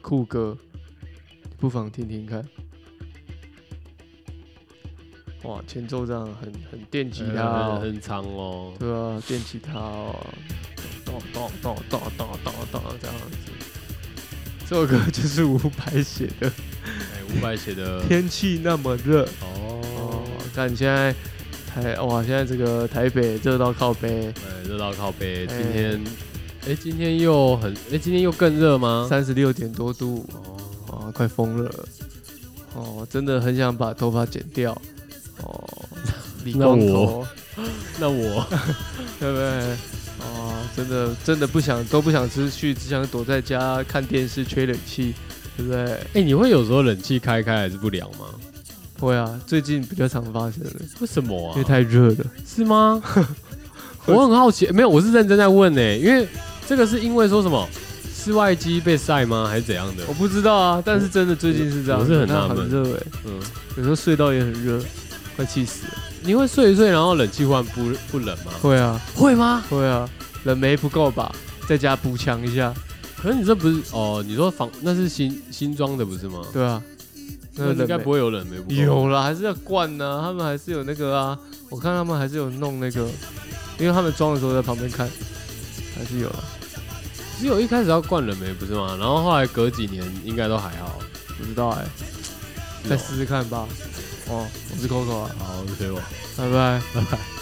[SPEAKER 2] 酷哥，不妨听听看。哇，前奏这样很很电吉他、
[SPEAKER 1] 呃很
[SPEAKER 2] 哦，
[SPEAKER 1] 很长哦。
[SPEAKER 2] 对啊，电吉他哦，咚咚咚咚咚咚咚这样子。这首歌就是伍佰写的，
[SPEAKER 1] 哎，伍佰写 的
[SPEAKER 2] 天气那么热哦
[SPEAKER 1] 哦，，
[SPEAKER 2] 看现在台哇，现在这个台北热到靠背，
[SPEAKER 1] 哎，热到靠背，
[SPEAKER 2] 哎
[SPEAKER 1] 今天哎，今天又很哎，今天又更热吗？
[SPEAKER 2] 三十六点多度，
[SPEAKER 1] 哦，
[SPEAKER 2] 啊，快疯了！哦，我真的很想把头发剪掉，哦，理
[SPEAKER 1] 那
[SPEAKER 2] 光
[SPEAKER 1] 我
[SPEAKER 2] 头，
[SPEAKER 1] 那我
[SPEAKER 2] 对不对？哦，真的真的不想都不想出去，只想躲在家看电视吹冷气，对不对？
[SPEAKER 1] 哎，你会有时候冷气开开还是不凉吗？
[SPEAKER 2] 会啊，最近比较常发生的，
[SPEAKER 1] 为什么
[SPEAKER 2] 因
[SPEAKER 1] 啊
[SPEAKER 2] 为？太热了。
[SPEAKER 1] 是 吗？我很好奇，没有，我是认真在问呢，因为这个是因为说什么室外机被晒吗，还是怎样的
[SPEAKER 2] 我？不知道啊，但是真的最近是这样，
[SPEAKER 1] 我是很
[SPEAKER 2] 那
[SPEAKER 1] 纳闷
[SPEAKER 2] 很热哎、
[SPEAKER 1] 嗯，
[SPEAKER 2] 有时候睡到也很热，快气死了。
[SPEAKER 1] 你会睡一睡，然后冷气忽然不不冷吗？
[SPEAKER 2] 会啊，
[SPEAKER 1] 会吗？
[SPEAKER 2] 会啊，人没不够吧？在家补强一下，
[SPEAKER 1] 可是你这不是哦？你说房那是新新装的不是吗？
[SPEAKER 2] 对啊。
[SPEAKER 1] 那应
[SPEAKER 2] 人
[SPEAKER 1] 该
[SPEAKER 2] 没
[SPEAKER 1] 不会有冷媒不够
[SPEAKER 2] 有啦，还是要灌呢、他们还是有那个啊，我看他们还是有弄那个，因为他们装的时候在旁边看，还是有啊。
[SPEAKER 1] 只有一开始要灌冷媒不是吗？然后后来隔几年应该都还好。
[SPEAKER 2] 不知道哎、再试试看吧。哦，我是 Coco 啊，
[SPEAKER 1] 好，OK 我。
[SPEAKER 2] 拜拜。